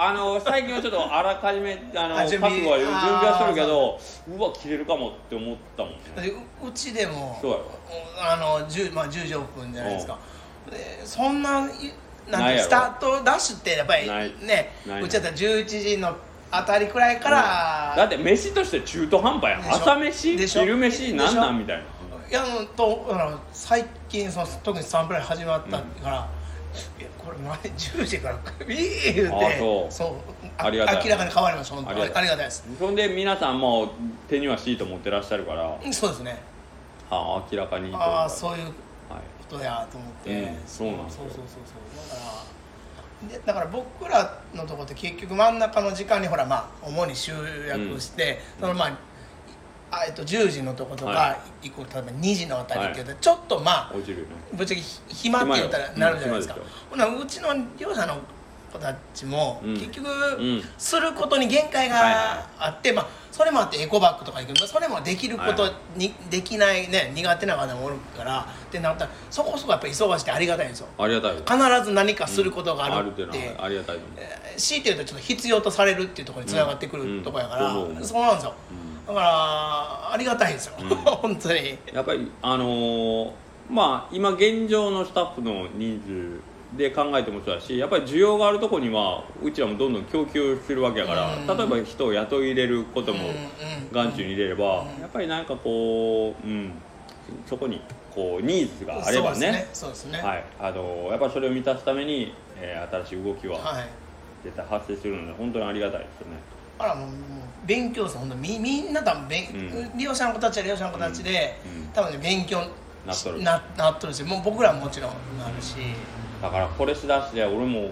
あの最近はちょっとあらかじめあの
あ
覚
準
悟
備
は準備はしとるけどうわ切れるかもって思ったもん
だっ
ね
てううちでも
そうやろ
あの 10,、まあ、10時オープンじゃないですかでそんないなん
ない
て
やろ
スタートダッシュってやっぱり
ない
ね
ないな
うちだったら11時のあたりくらいから、
だって飯として中途半端やん
でしょ
朝飯
でしょ
昼飯なんなん
でしょ
みたいない
やうんとあの最近その特にサンプライ始まったから、えこれ前10時からビー言う
あ
て
そうあり
明
が
ら
たい
かに変わりました本当に
あ
あ
り
り
がたい
がたいです
そんで皆さんもう手にはシート持ってらっしゃるから
うんそうですね
あ明らかにというか
ああそういう
はい
ことやと思って、
うんそうなんです
そ
よ
うそうそうそうだからでだから僕らのとこって結局真ん中の時間にほらまあ主に集約して、そのまああえっと10時のとことか、
は
イコール例えば2時のあたりって言うとちょっとまあ、
落ちるよね
ぶっちゃけ暇って言ったらなるじゃないですか、
暇よ
ほなうちの両者の子たちも、
うん
結局、
ん
することに限界
はい
があって、まあ、それもあってエコバッグとか行くけどそれもできることに、できないね苦手な方もおるからってなったらそこそこやっぱ忙しくてありがたいんですよ
ありがたいよ
必ず何かすることがあるって、
あいうのはありがたいと思う
えー強いて言うとちょっと必要とされるっていうところにつながってく
うんうん
るところやから、
そう思う
そうなんですよ、だからありがたいんですよ、 本当に
やっぱりあのーまあ今現状のスタッフの人数で考えてもそうだしやっぱり需要があるとこにはうちらもどんどん供給するわけやから、
うん
例えば人を雇い入れることも
うんうん
眼中に入れれば、やっぱりなんかこう、うん、そこにこうニーズがあれ
そうで
ばね
すねそうですね
はいあのーやっぱりそれを満たすために、えー新しい動きは
はい
絶対発生するので本当にありがたいですよね。
あらもうもう勉強ですほんとみみんな多分勉、
う
利用者の子たちは利用者の子たちで、
うんうん
多分ね勉強
なっとる
ななっとるしもう僕らももちろんなるし
だからこれしだして俺も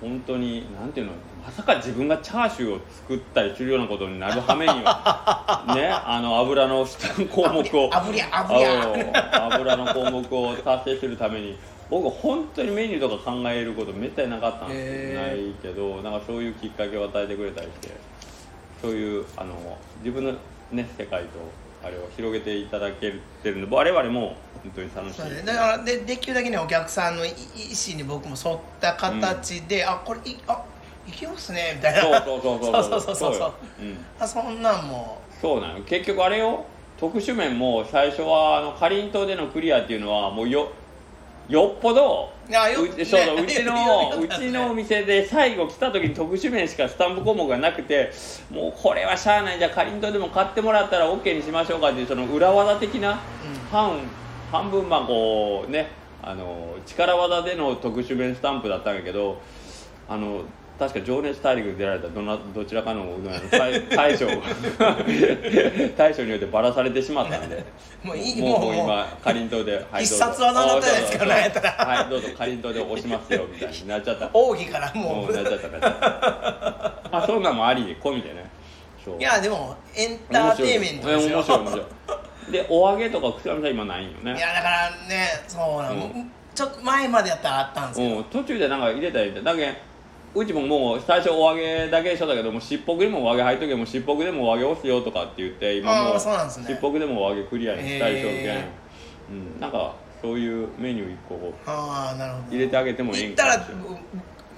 本当になんていうのまさか自分がチャーシューを作ったりするようなことになる羽目には ねあの油の項目を
炙り炙り炙り
うん油の項目を達成するために僕本当にメニューとか考えることめったになかったんですな
へー
いけどなんかそういうきっかけを与えてくれたりしてそういうあの自分のね世界とあれを広げていただけてるんで我々も本当に楽しい
そうですねだからでできるだけねお客さんの意思に僕も沿った形で、あこれいあいけますねみたいな
そうそうそうそう
そうそうそうそう
ようん
あそんなんも
そうなの結局あれよ特殊面も最初はあのかりんとうでのクリアっていうのはもうよよっぽど
あよ
うちそうそう
ね
うち
よ
の
よ
うちのお店で最後来た時に特殊面しかスタンプ項目がなくてもうこれはしゃあないじゃあかりんとうでも買ってもらったら OK にしましょうかっていうその裏技的な半半分まあこうねあの力技での特殊面スタンプだったんやけどあの確か「情熱大陸」に出られたどなどちらかのうどん屋の大 大将が 大将によってばらされてしまったんで
もういい
も
も
う
うもう
今かりんとうで、
必殺技になったじゃないですか
あー
なんやったら
はいどうぞかりんとうで押しますよみたいになっちゃった
奥義からも
も
う
うなっちゃったなっちゃったまあそんなんもありで込みでねそう
いやでもエンターテインメントですよ
面白い面白い面白いでお揚げとかくすみさん今ないんよ
い
ね
やだからねそうなの、
う
ちょっと前までやったらあったんですけ
うん途中でなんか入れたりってだけんうちももう最初お揚げだけしとったけどもうしっぽくでもお揚げ入っとけもうしっぽくでもお揚げ押すよとかって言って今も
あーそうなんですね
しっぽくでもお揚げクリアにしたりしとるけん、
へ
うん、なんかそういうメニュー一個
どああなるほど
入れてあげてもいい
行
ん
った
かもし
ら
れん
う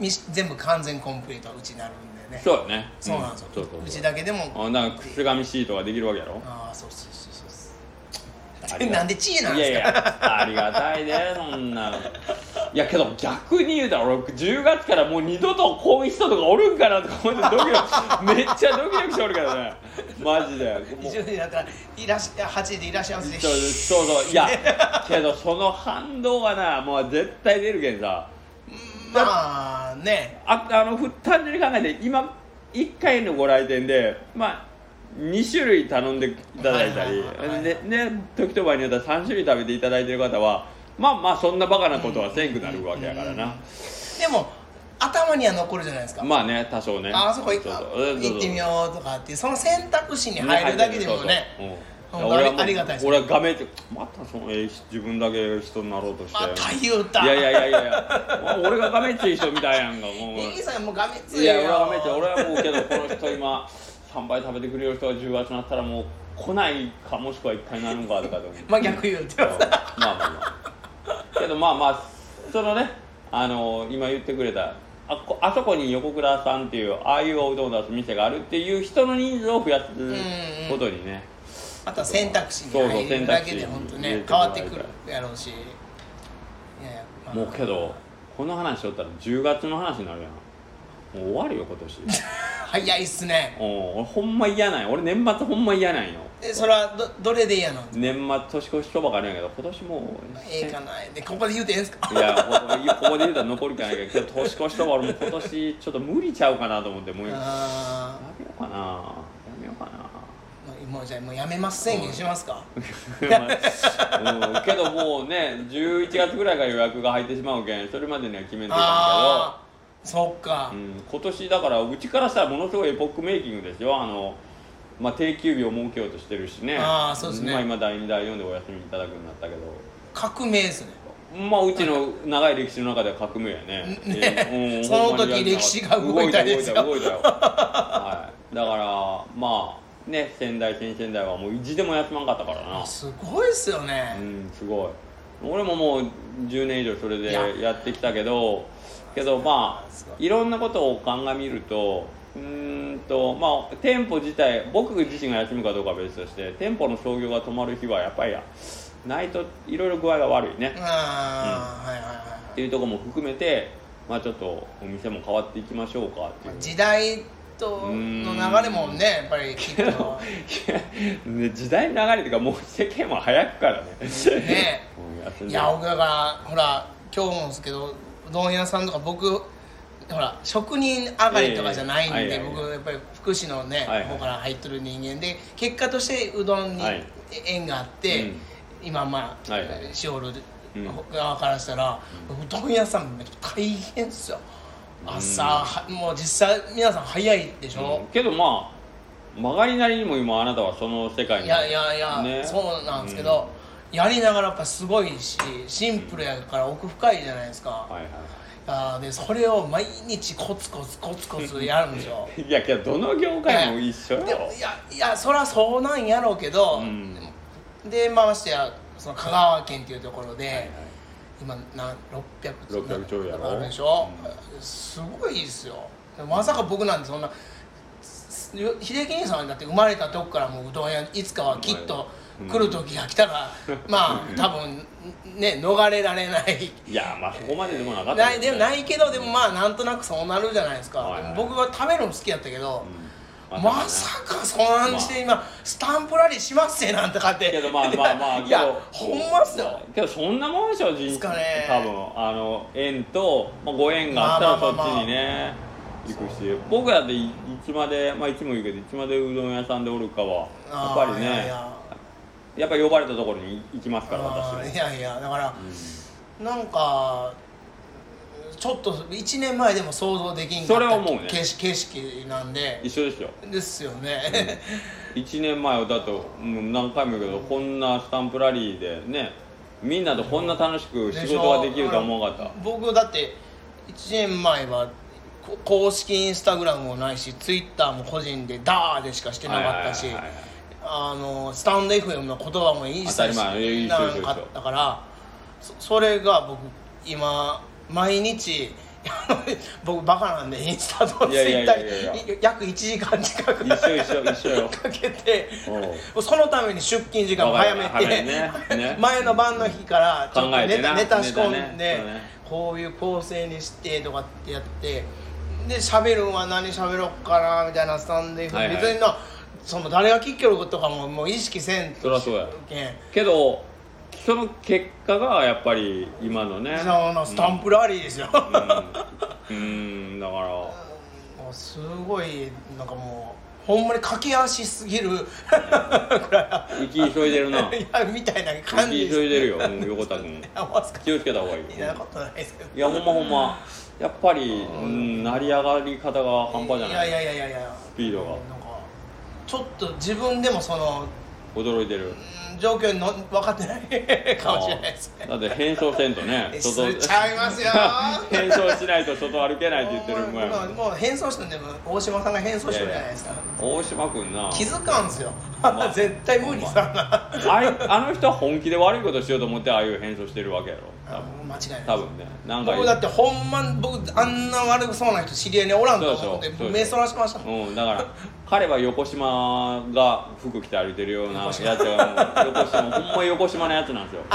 みし全部完全コンプリートうちになるんでね
そうよね
そうなんですよ、
そううそうそう
ちだけでも
あなんかくすがみシートができるわけやろ
ああそうそうそうそう
あ
そ
り
う
が
なんで知恵なん
い
で
やい
すか
やありがたいねそんないやけど逆に言うたら俺10月からもう二度とこういう人とかおるんかなとか思ってドキドキめっちゃドキドキしておるからねマジでもう
一緒になったらいらっしゃ8時でいらっしゃいませ
そうそうそういやけどその反動はなもう絶対出るけんさ
まあね
ああのふ単純に考えて今1回のご来店でまあ2種類頼んでいただいたり、
はいはいはい
でね時と場合によっては3種類食べていただいてる方はまあまあそんなバカなことはせんくなるわけやからな、
でも頭には残るじゃないですか、
まあね多少ね
ああそこ行っ
そうそううん
行ってみ
そう
ようとかっていうその選択肢に
そう
入るだけでもね
そうそう
ほん
うん
と
俺はもう
ありがたいです
俺は画面ってまたそのえー自分だけ人になろうとして、
また言うた
いやいやいやいやいや俺が画面つい人みたいやんかもう
イギさんもう画面つ
いや俺はめっちゃ俺はもうけどこの人今3倍食べてくれる人が10月になったらもう来ないかもしくは1回なるんかとかでも
まあ逆言うて
まあまあまあけどまあまあそのねあの今言ってくれたあこあそこに横倉さんっていうああいうおうどんを出す店があるっていう人の人数を増やすことにね
また選択肢に
そうそう
入るだけで
選択肢
本当
入れ
ね変
てもら
わ
え
ったて
ら
くるやろうしいやいやまあ
もうけどこの話しとったら10月の話になるやんもう終わるよ今年
早いっすね
お俺ほんま嫌ない俺年末ほんま嫌ないよ
えそれはどどれで嫌なの
年末年越しそばがあるんやけど今年もう
ええかなでここで言うてええんすか
いやここここで言うたら残るかないけど今日年越しそば俺もう今年ちょっと無理ちゃうかなと思ってもうや
あ
めようかなやめようかな
ーもうもうじゃあもうやめます宣言しますか、
うん、けどもうね11月ぐらいから予約が入ってしまうけんそれまでには決めていか
ああそっか
んけど、うん、今年だからうちからしたらものすごいエポックメイキングですよあのまあ定休日を設けようとしてるしね
あーそうですね
まあ、今第2第4でお休みいただくようになったけど
革命ですね
まあうちの長い歴史の中では革命やね
ね
うん
その時歴史が動いたんですよ
動いた動いた動いたよ、はい、だからまあね仙台先々台はもう意地でも休まんかったからな
すごいっすよね、
うんすごい俺ももう10年以上それで
いや
やってきたけどけどまあ
すご
いろんなことを鑑みるとうーんとまあ店舗自体僕自身が休むかどうかは別として店舗の創業が止まる日はやっぱりないといろいろ具合が悪いね、
ああ、はいはい
っ
はい
ていうところも含めて、まあ、ちょっとお店も変わっていきましょうかってい
ま
う
あ。時代との流れもねやっぱりきっと
いや ね時代の流れというかもう世間は早くからね。
ね
もう 休ん
い
で
や僕だからほら今日もですけどうどん屋さんとか僕ほら職人上がりとかじゃないん
ええはい
で
はい
僕やっぱり福祉のね
はいはい
方から入っとる人間で結果としてうどんに
はい
縁があって
うん
今まあ
はいはい
しおる
うん
側からしたらうどん屋さんめっちゃ大変っすよ朝はもう実際皆さん早いでしょ
うんけどまあ曲がりなりにも今あなたはその世界に
いやいやいや、そうなんですけど、やりながらやっぱすごいしシンプルやから奥深いじゃないですか、
うんはいは
あーでそれを毎日コツコツコツコツやるんですよ
い、いやけどどの業界も一緒よ、
でもいやいやそりゃそうなんやろうけど、
うん
でまあましてやその香川県っていうところで、
はいはい
今なん600
600兆やろ
あるでしょ、すごいですよでもまさか僕なんてそんなす秀樹兄さんだって生まれたとこからもううどん屋いつかはきっと来る時が来たら、まあ多分ね逃れられない
いやまあそこまででもなかった、
ないでもないいけどでもまあなんとなくそうなるじゃないですか、
はいはい
僕は食べるの好きやったけど、
うん
まさかそんなんして今、スタンプラリーしますせなんとかって
けどまあまあまあ
いや
けど
ほんまっすよ
けどそんなもんでしょ人
すかね
多分あの縁と、まあ、ご縁があったら
ま
そ
あ
っち
まあまあ
にね行くし僕だっていいつまでまあいつも言うけどいつまでうどん屋さんでおるかはやっぱり
あーい
ね
やい
や
や
っぱ呼ばれたところに行きますから私
あ
も
ーいやいやだから、なんかちょっと1年前でも想像できんかった
それは思うね
景色景色なんで
一緒ですよ
ですよね、
1年前はだとうん何回も言うけどこんなスタンプラリーでねみんなとこんな楽しく仕事ができるとは思わなかった
僕だって1年前はこ公式インスタグラムもないしツイッターも個人でダーでしかしてなかったし
はいはいはいはい
あのスタンド FM の言葉も一切
当たり前
なかったからそそれが僕今毎日 あの僕バカなんでインスタと
い
ツイ
やいやい
ッタ
やい
ー
や
に約1時間近く
一緒一緒一緒 よ
かけて
お
そのために出勤時間も早め
早め
て
にね ね
前の晩の日からちょっと
考えて
ネ
な
タネタ仕込んで、
ネタねそうね
こういう構成にしてとかってやってで喋るんは何喋ろっかなみたいなスタンド F
はいはい
別になその誰が聞きよるとかももう意識せんと
そりゃそうや
けん
けどその結果がやっぱり今のね
そのスタンプラリーですよ、
うん、うんだから
もうすごいなんかもうほんまに駆け足すぎるくら
生き急いでるない
いやみたいな
生
感
き
じ
急いでるようん横田君
あマスカ
気をつけた方がいい
いやなことないですけど
いやほんまほんまやっぱり、うん、成り上がり方が半端じゃない
いやいやいやいやいや
スピードが
なんかちょっと自分でもその
驚いてる
うん状況にの分かってないかもしれないですね
だって変装せんとね
えしちゃいますよ
変装しないと外歩けないって言ってるもんやも
もうんもう変装してんでも大島さんが変装してるじゃないですか
大島君な
気づかんすよ、
まあ
絶対無理さんな、
あいあの人は本気で悪いことしようと思ってああいう変装してるわけやろ多分
間違いない
多分ねなんか
僕だってほんま僕あんな悪そうな人知り合いにおらんと思って
そうでしょそうで
目
しょ
そらしましたもん
うん、だから彼は横島が服着て歩いてるようなやつがもう横島ほんま横島のやつなんです よね、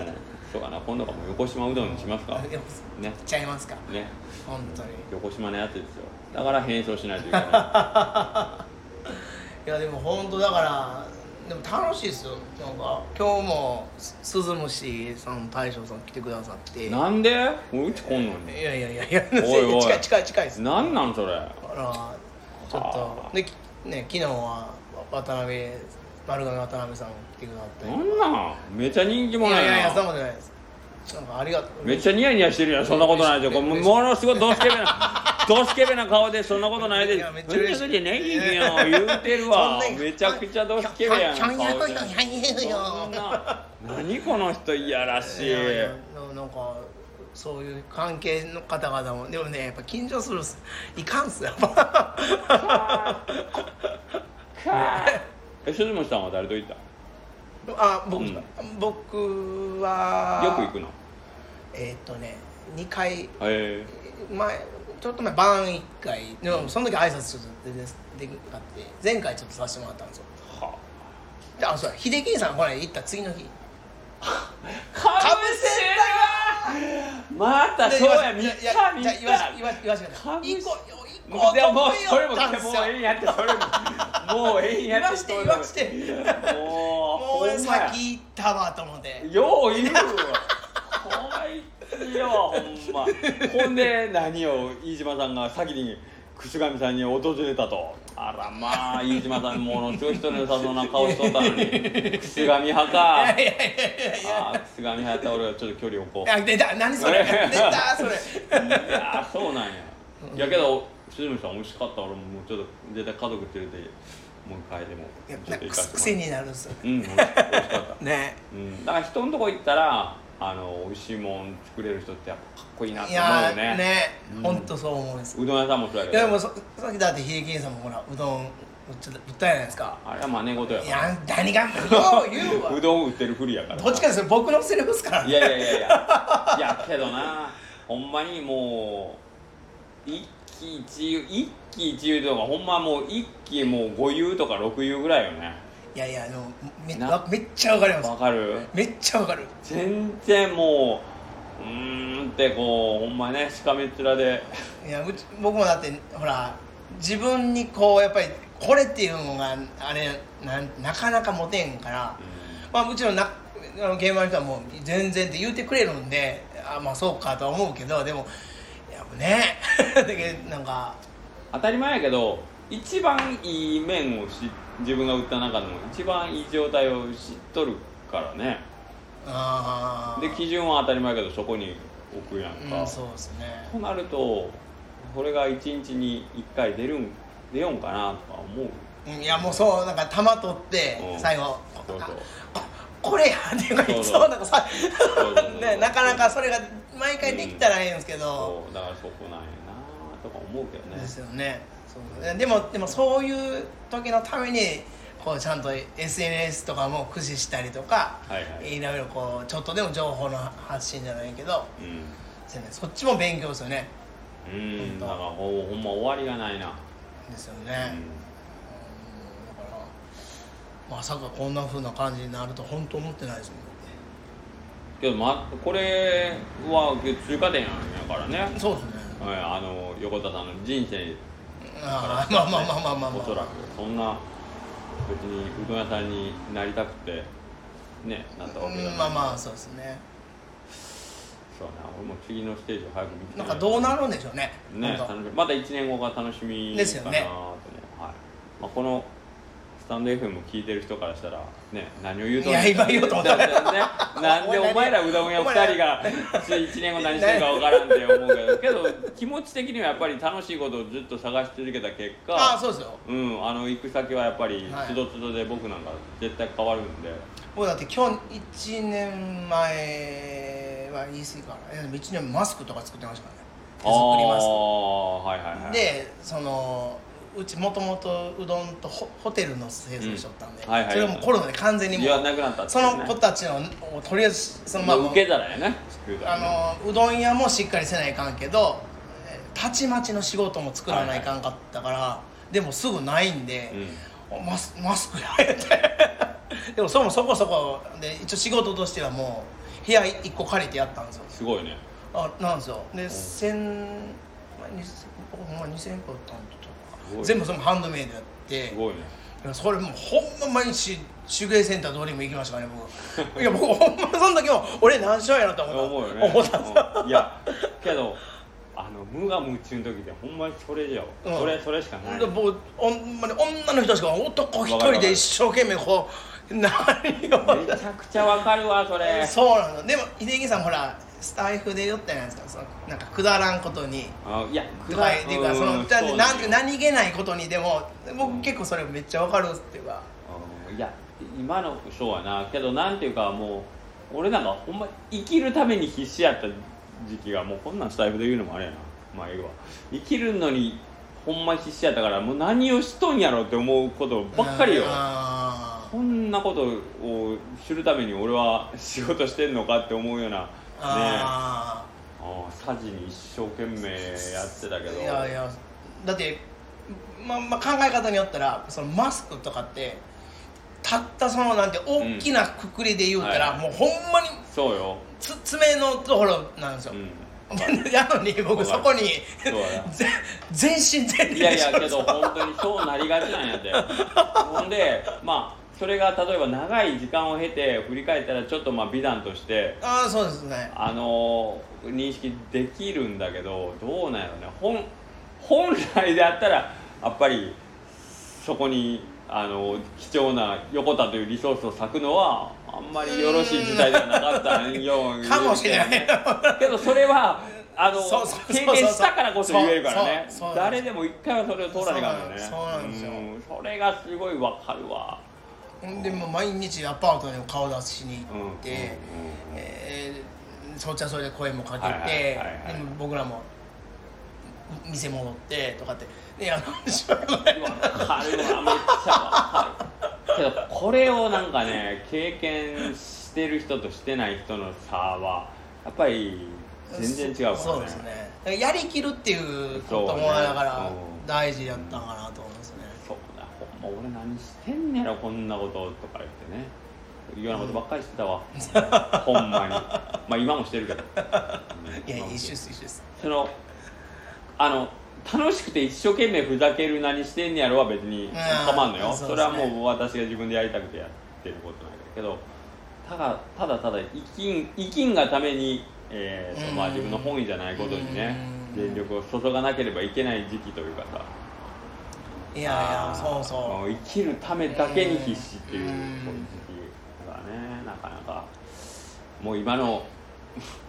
うんそうかな今度からもう横島うどんにしますか
でも
ね
ちゃいますか
ね
本当に
横島のやつですよだから変装しないといけない
いやでも本当だからでも楽しいですよなんか今日もす鈴虫さん大将さん来てくださって い
なんでもううちこんのに
やいやいやいや
おいおい
近い近い近いですだ
なんなんそ
か
れ
らちょ
は
っ
あ
とできね昨日は渡辺丸亀渡辺さんも来てくださ
な
っ
んなんめっちゃ人
て
気
い
者
やい
や
やいや
な
そんなことないですなんかありがとう
めっちゃニヤニヤしてるやんそんなことないでしょこれも
嬉しい
のすごいドスケベ なドスケベな顔でそんなことないで
いやめっちゃ嬉しい
そんなことないでよ言うてるわ
そんな
めちゃくちゃドスケベやん
キャンキャン
顔で
キャンキャンキャンキャンキャンキャン
そんな何この人いやらしい
いやいやななんかそういう関係の方々もでもねやっぱ緊張するっすいかんっすやっぱ
え鈴虫さんは誰と行った
あ僕、
うん
僕は
よく行くの
えーっとね2回
へ
前ちょっと前晩1回でもその時挨拶ちょっとでできなかって前回ちょっとさせてもらったんですよ
えは
であそうや秀樹さんこれ行った次の日
か
かぶせ
また
た
そうや見
いやいや
た見
じゃあ言わ
た
し言わし言わし
かぶせ
行こうよ行
も
こ
う
う
で
と
も
思
もう
いよ
それも
行ったんですよ
もうええんやってそれももうええん
言
やって
わして言わして
もう
もう
ほ
ん
まや
先行ったわと思って
よう言うわこいつよほんまほんで何を飯島さんが先に串上さんに訪れたとあらまあ飯島さんものすごい人の良さそうな顔しとったのに串上派か
いやいやいやいや
あー串上派と俺はちょっと距離を置こう
あ出た何それ出たそれ
いやーそうなんやいやけど鈴虫さん美味しかった俺ももうちょっと絶対家族連れてもう一回でも
いや
ちょ
な
っと
ん
行
かく
かせて
癖
も
になるんですよ
らううん美味しかった美味しかった
ね
うん、だから人のとこ行ったらあの美味しいもん作れる人ってやっぱかっこいいなって
い
思う
や
よね
ーね本当そう思うんです
うどん屋さんもそうや
い
け
やで
ど
もそさっきだって秀樹さんもほらうどん売っちゃった売ったじゃないですか
あれは真似事や
い
か
や何がよう言う
ら
わ
うどん売ってるふりやから
どっちかですよ僕のセリフですから
い
ね
やいやいやいやいやけどなほんまにもう一喜一憂一喜一憂とかほんまもう一喜もう5憂とか6憂ぐらいよね
いやいやでもめ
な
わめっちゃわかります
わかる
めっちゃわかる
全然もううーんってこうほんまねしかめっ面で
いやうち僕もだってほら自分にこうやっぱりこれっていうのがあれなんなかなか持てんから、まあ、うちのなあの現場の人はもう全然って言ってくれるんであまあそうかとは思うけどでもいやもうね だけどなんか
当たり前やけど一番いい面をし自分が打った中でも一番いい状態を知っとるからね
ああ
で基準は当たり前やけどそこに置くやんか、
うんそうですね
となるとこれが1日に1回出るん出よんかなとか思う
うんいやもうそうなんか玉取って
うん
最後
そうそう
あこれやっていうか
そうそう
そうなんかさ
そうそうそう
ねなかなかそれが毎回できたらいいんですけど、
そうだからそこなんやなとか思うけどね
ですよねそうでもでもそういう時のためにこうちゃんと SNS とかも駆使したりとか、
はいはい
ろいろこうちょっとでも情報の発信じゃないけど
う
そうねそっちも勉強ですよね
んうん
本当
だからほほんま終わりがないな、
ですよ
う
ね、うん
ん
だからまさかこんな風な感じになると本当思ってないですもん
けど、ま、これは中華店やからね、
そうですね
はい、あの横田さんの人生
ああまあまあまあまあまあ、まあ、
おそらくそんな別にうどん屋さんになりたくてねなったわけだ
うんまあまあそうですね
そうやな俺も次のステージを早く見て
なんかどうな
る
るんでしょうね
ね
本当
楽しみまだ1年後が楽しみ
ですよ
かな
ね
と思う、はいまあ、このスタンド FM を聞いてる人からしたらね何を言うと
い
ん
や今言おうと思った
だってね なんでお前らうどん屋2人が1年後何してるか分からんって思うけどけど気持ち的にはやっぱり楽しいことをずっと探し続けた結果
ああそうですよ
うん、あの行く先はやっぱり
はい
つどつどで僕なんか絶対変わるんで、
僕だって今日1年前は言い過ぎから1年前マスクとか作ってましたからね手作り
ああはいはいは
マスク
い
でそのうちもともとうどんとホホテルの清掃しとったんで、
うんはいはい
それもコロナで完全にも
いうやなくなったって
そ
ね
の子たちのをとりあえずその
ま
ま
あ
あ
受け皿やね作るからね
あのうどん屋もしっかりせないかんけどえーたちまちの仕事も作らないかんかったから、でもすぐないんで、おマスマスクやめて でもそれもそこそこで一応仕事としてはもう部屋一個借りてやったんですよ
うん、すごいね
あなんですよで千まあ2000ほんま2000個だったん
す
と
ご
か
い
全部それもハンドメイドやって
すごいね
それもうほんま毎日手芸センターどうにも行きましたからね 僕いや僕ほんまその時も俺何しようやなと思った
思うよね
思ったんですよ
うんいやけどあの無我夢中の時ってほんまにそれじゃ、
うん
それそれしかない
で僕ほんまに女の人しか男一人で一生懸命こう 何を
めちゃくちゃわかるわそれ
そうなのでも秀樹さんほらスタイフで言ったじゃないですかそのなんかくだらんことに
あいや
とかっていうかそのだってなんて
い
何気ないことにでも
うん
僕結構それめっちゃわかるっていうか
いや今のそうやなけどなんていうかもう俺なんかほんま生きるために必死やった時期がもうこんなんスタイフで言うのもあれやなまあええわ生きるのにほんま必死やったからもう何をしとんやろって思うことばっかりよ
あ
こんなことを知るために俺は仕事してんのかって思うようなね
ーあ
ああサジに一生懸命やってたけど
ーいやいやだってままあ考え方によったらそのマスクとかってたったそのなんて大きなくくりで言うたら、
はい
もうほんまに
そうよ、
つ爪のところなんですよ
う、ん、
やのに僕そこに
そうや
ぜ全身全
い
霊
や
で
い
しょ
やけど本当にそうなりがちなんやでほんでまあそれが例えば長い時間を経て振り返ったらちょっとまあ美談として
ああそうですね
あのー認識できるんだけどどうなんやろね本本来であったらやっぱりそこにあの貴重な横田というリソースを割くのはあんまりよろしい時代ではなかったんよう
かもしれない
けどそれはあの
そうそうそうそう
経験したからこそ言えるからね
そうそうそうなんです
誰でも一回はそれを通らなきゃいけないよね
そうなんですよ
んそれがすごいわかるわ
でもう毎日アパートにも顔出しに
うん
行って、えーそっちはそれで声もかけて、
はいはいはいはい
でも僕らも店戻ってとかってでやるんでしょ
うんうんわかるわめっちゃわかるけどこれをなんかね経験してる人としてない人の差はやっぱり 全然違うか
そう
ら
です
ね
ねだからやりきるっていうこと
そう
も
ね
だから
うん
大事だったんかなと思いますね
そうだほもう俺何してんねやろこんなこととか言ってねいうようなことばっかりしてた わ、ほんまにまあ今もしてるけど、うん
いや
今も
一
して
緒で
る
す一緒です
そのあの楽しくて一生懸命ふざける何してんねやろは別に
うん
構わんの
そう
よ、
ですね
それはもう私が自分でやりたくてやってることなんだけどただただただ生きん生きんがために、えーと
うん
まあ、自分の本意じゃないことにね
うん
全力を注がなければいけない時期というかさ
いやいやそう
も
そう
生きるためだけに必死っていう
うん
こういう時期だからねなかなかもう今の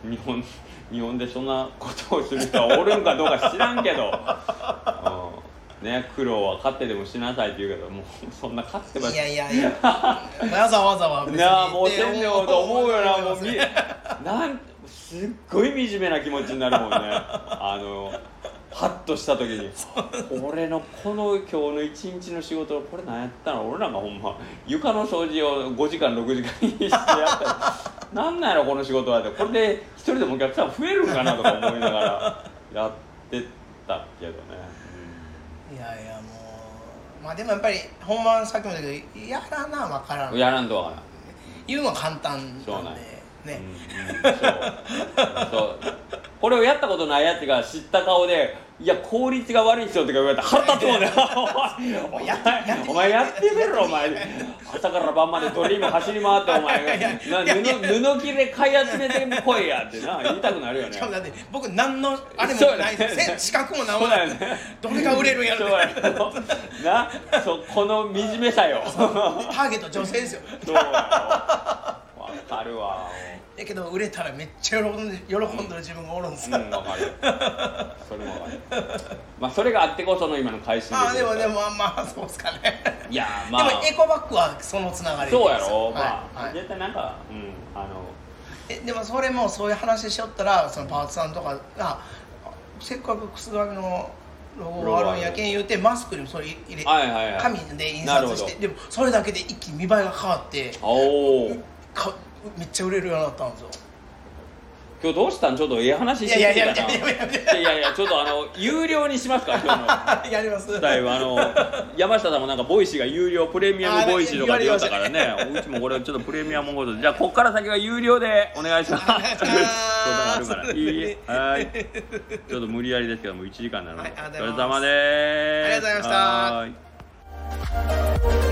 日本 日本でそんなことをする人はおるんかどうか知らん けど、うんね、苦労は勝ってでもしなさいって言うけどもうそんな勝って
う
ば
いやいやいやわざわざは別に
なあもうせんよと思うよなもう
思い
み
ます
なんすっごい惨めな気持ちになるも んねあのハッとした時に俺のこの今日の一日の仕事これ何やったの俺なんかほんま床の掃除を5時間6時間にしてやったりなんなんやろこの 仕事はってこれで一人でもお客さん増えるんかなとか思いながらやってたけどね、
いやいやもうまあでもやっぱり本番さっきも言ったけどやらなわから
うんんやらんとわからん
言うのは簡単
そう
な
なん
ん
や
でね
うんうんそうそうこれをやったことないやつが知った顔で「いや効率が悪いっすよ」とか言われたら腹立つもんねお 前
やってやってみ
お前やってみろお前朝から晩までドリーム走り回ってお前
いやいやいやいや
な布布切れ買い集めてこいやってな言いたくなるよね
しかもだ って僕何のあれもない
そうだ
せ
ね
ん資格も何もない
そうだよね
どれが売れるんや
そ
ろ
う
って
やろなそうこの惨めさ よ
ターゲット女性ですよ
そうやろわかるわ
だけど売れたらめっちゃ喜んで喜んでる自分がおるんです
う
よ、
ん、わかる。それもわかる。まあ、それがあってこその今の会心
ああ
す
で
よ
もでもまあまあそうですかね、
いやー、まあ
でもエ。コバッグはそのつながりですよ
そうやろ、
はい
まあ、
はい
絶対なんか、うん、あの。
えでもそれもそういう話しよったらそのパーツさんとかがあせっかくくす紙のロゴがあるんやけん言うてマスクにもそれ入れ、
はいはいはい
紙で印
なるほ
刷
ど
してでもそれだけで一気に見栄えが変わって
おお。
かめっちゃ売れるようになったんですよ
今日どうしたん、ちょっとええ話して
いや
み
いやい
て
や
たな。
いやいやい
いやいや、ちょっとあの、有料にしますか、今日の。
やります
だいぶあの山下さんもなんかボイシーが有料プレミアムボイシーとかって言ったからねうちもこれちょっとプレミアムボイシーじゃあここから先は有料でお願いします
願いします
そうなるからいい はいちょっと無理やりですけども1時間なので、
はいあり
お
がとうご
疲れ
ざいます
様です
ありがとうございました
はーい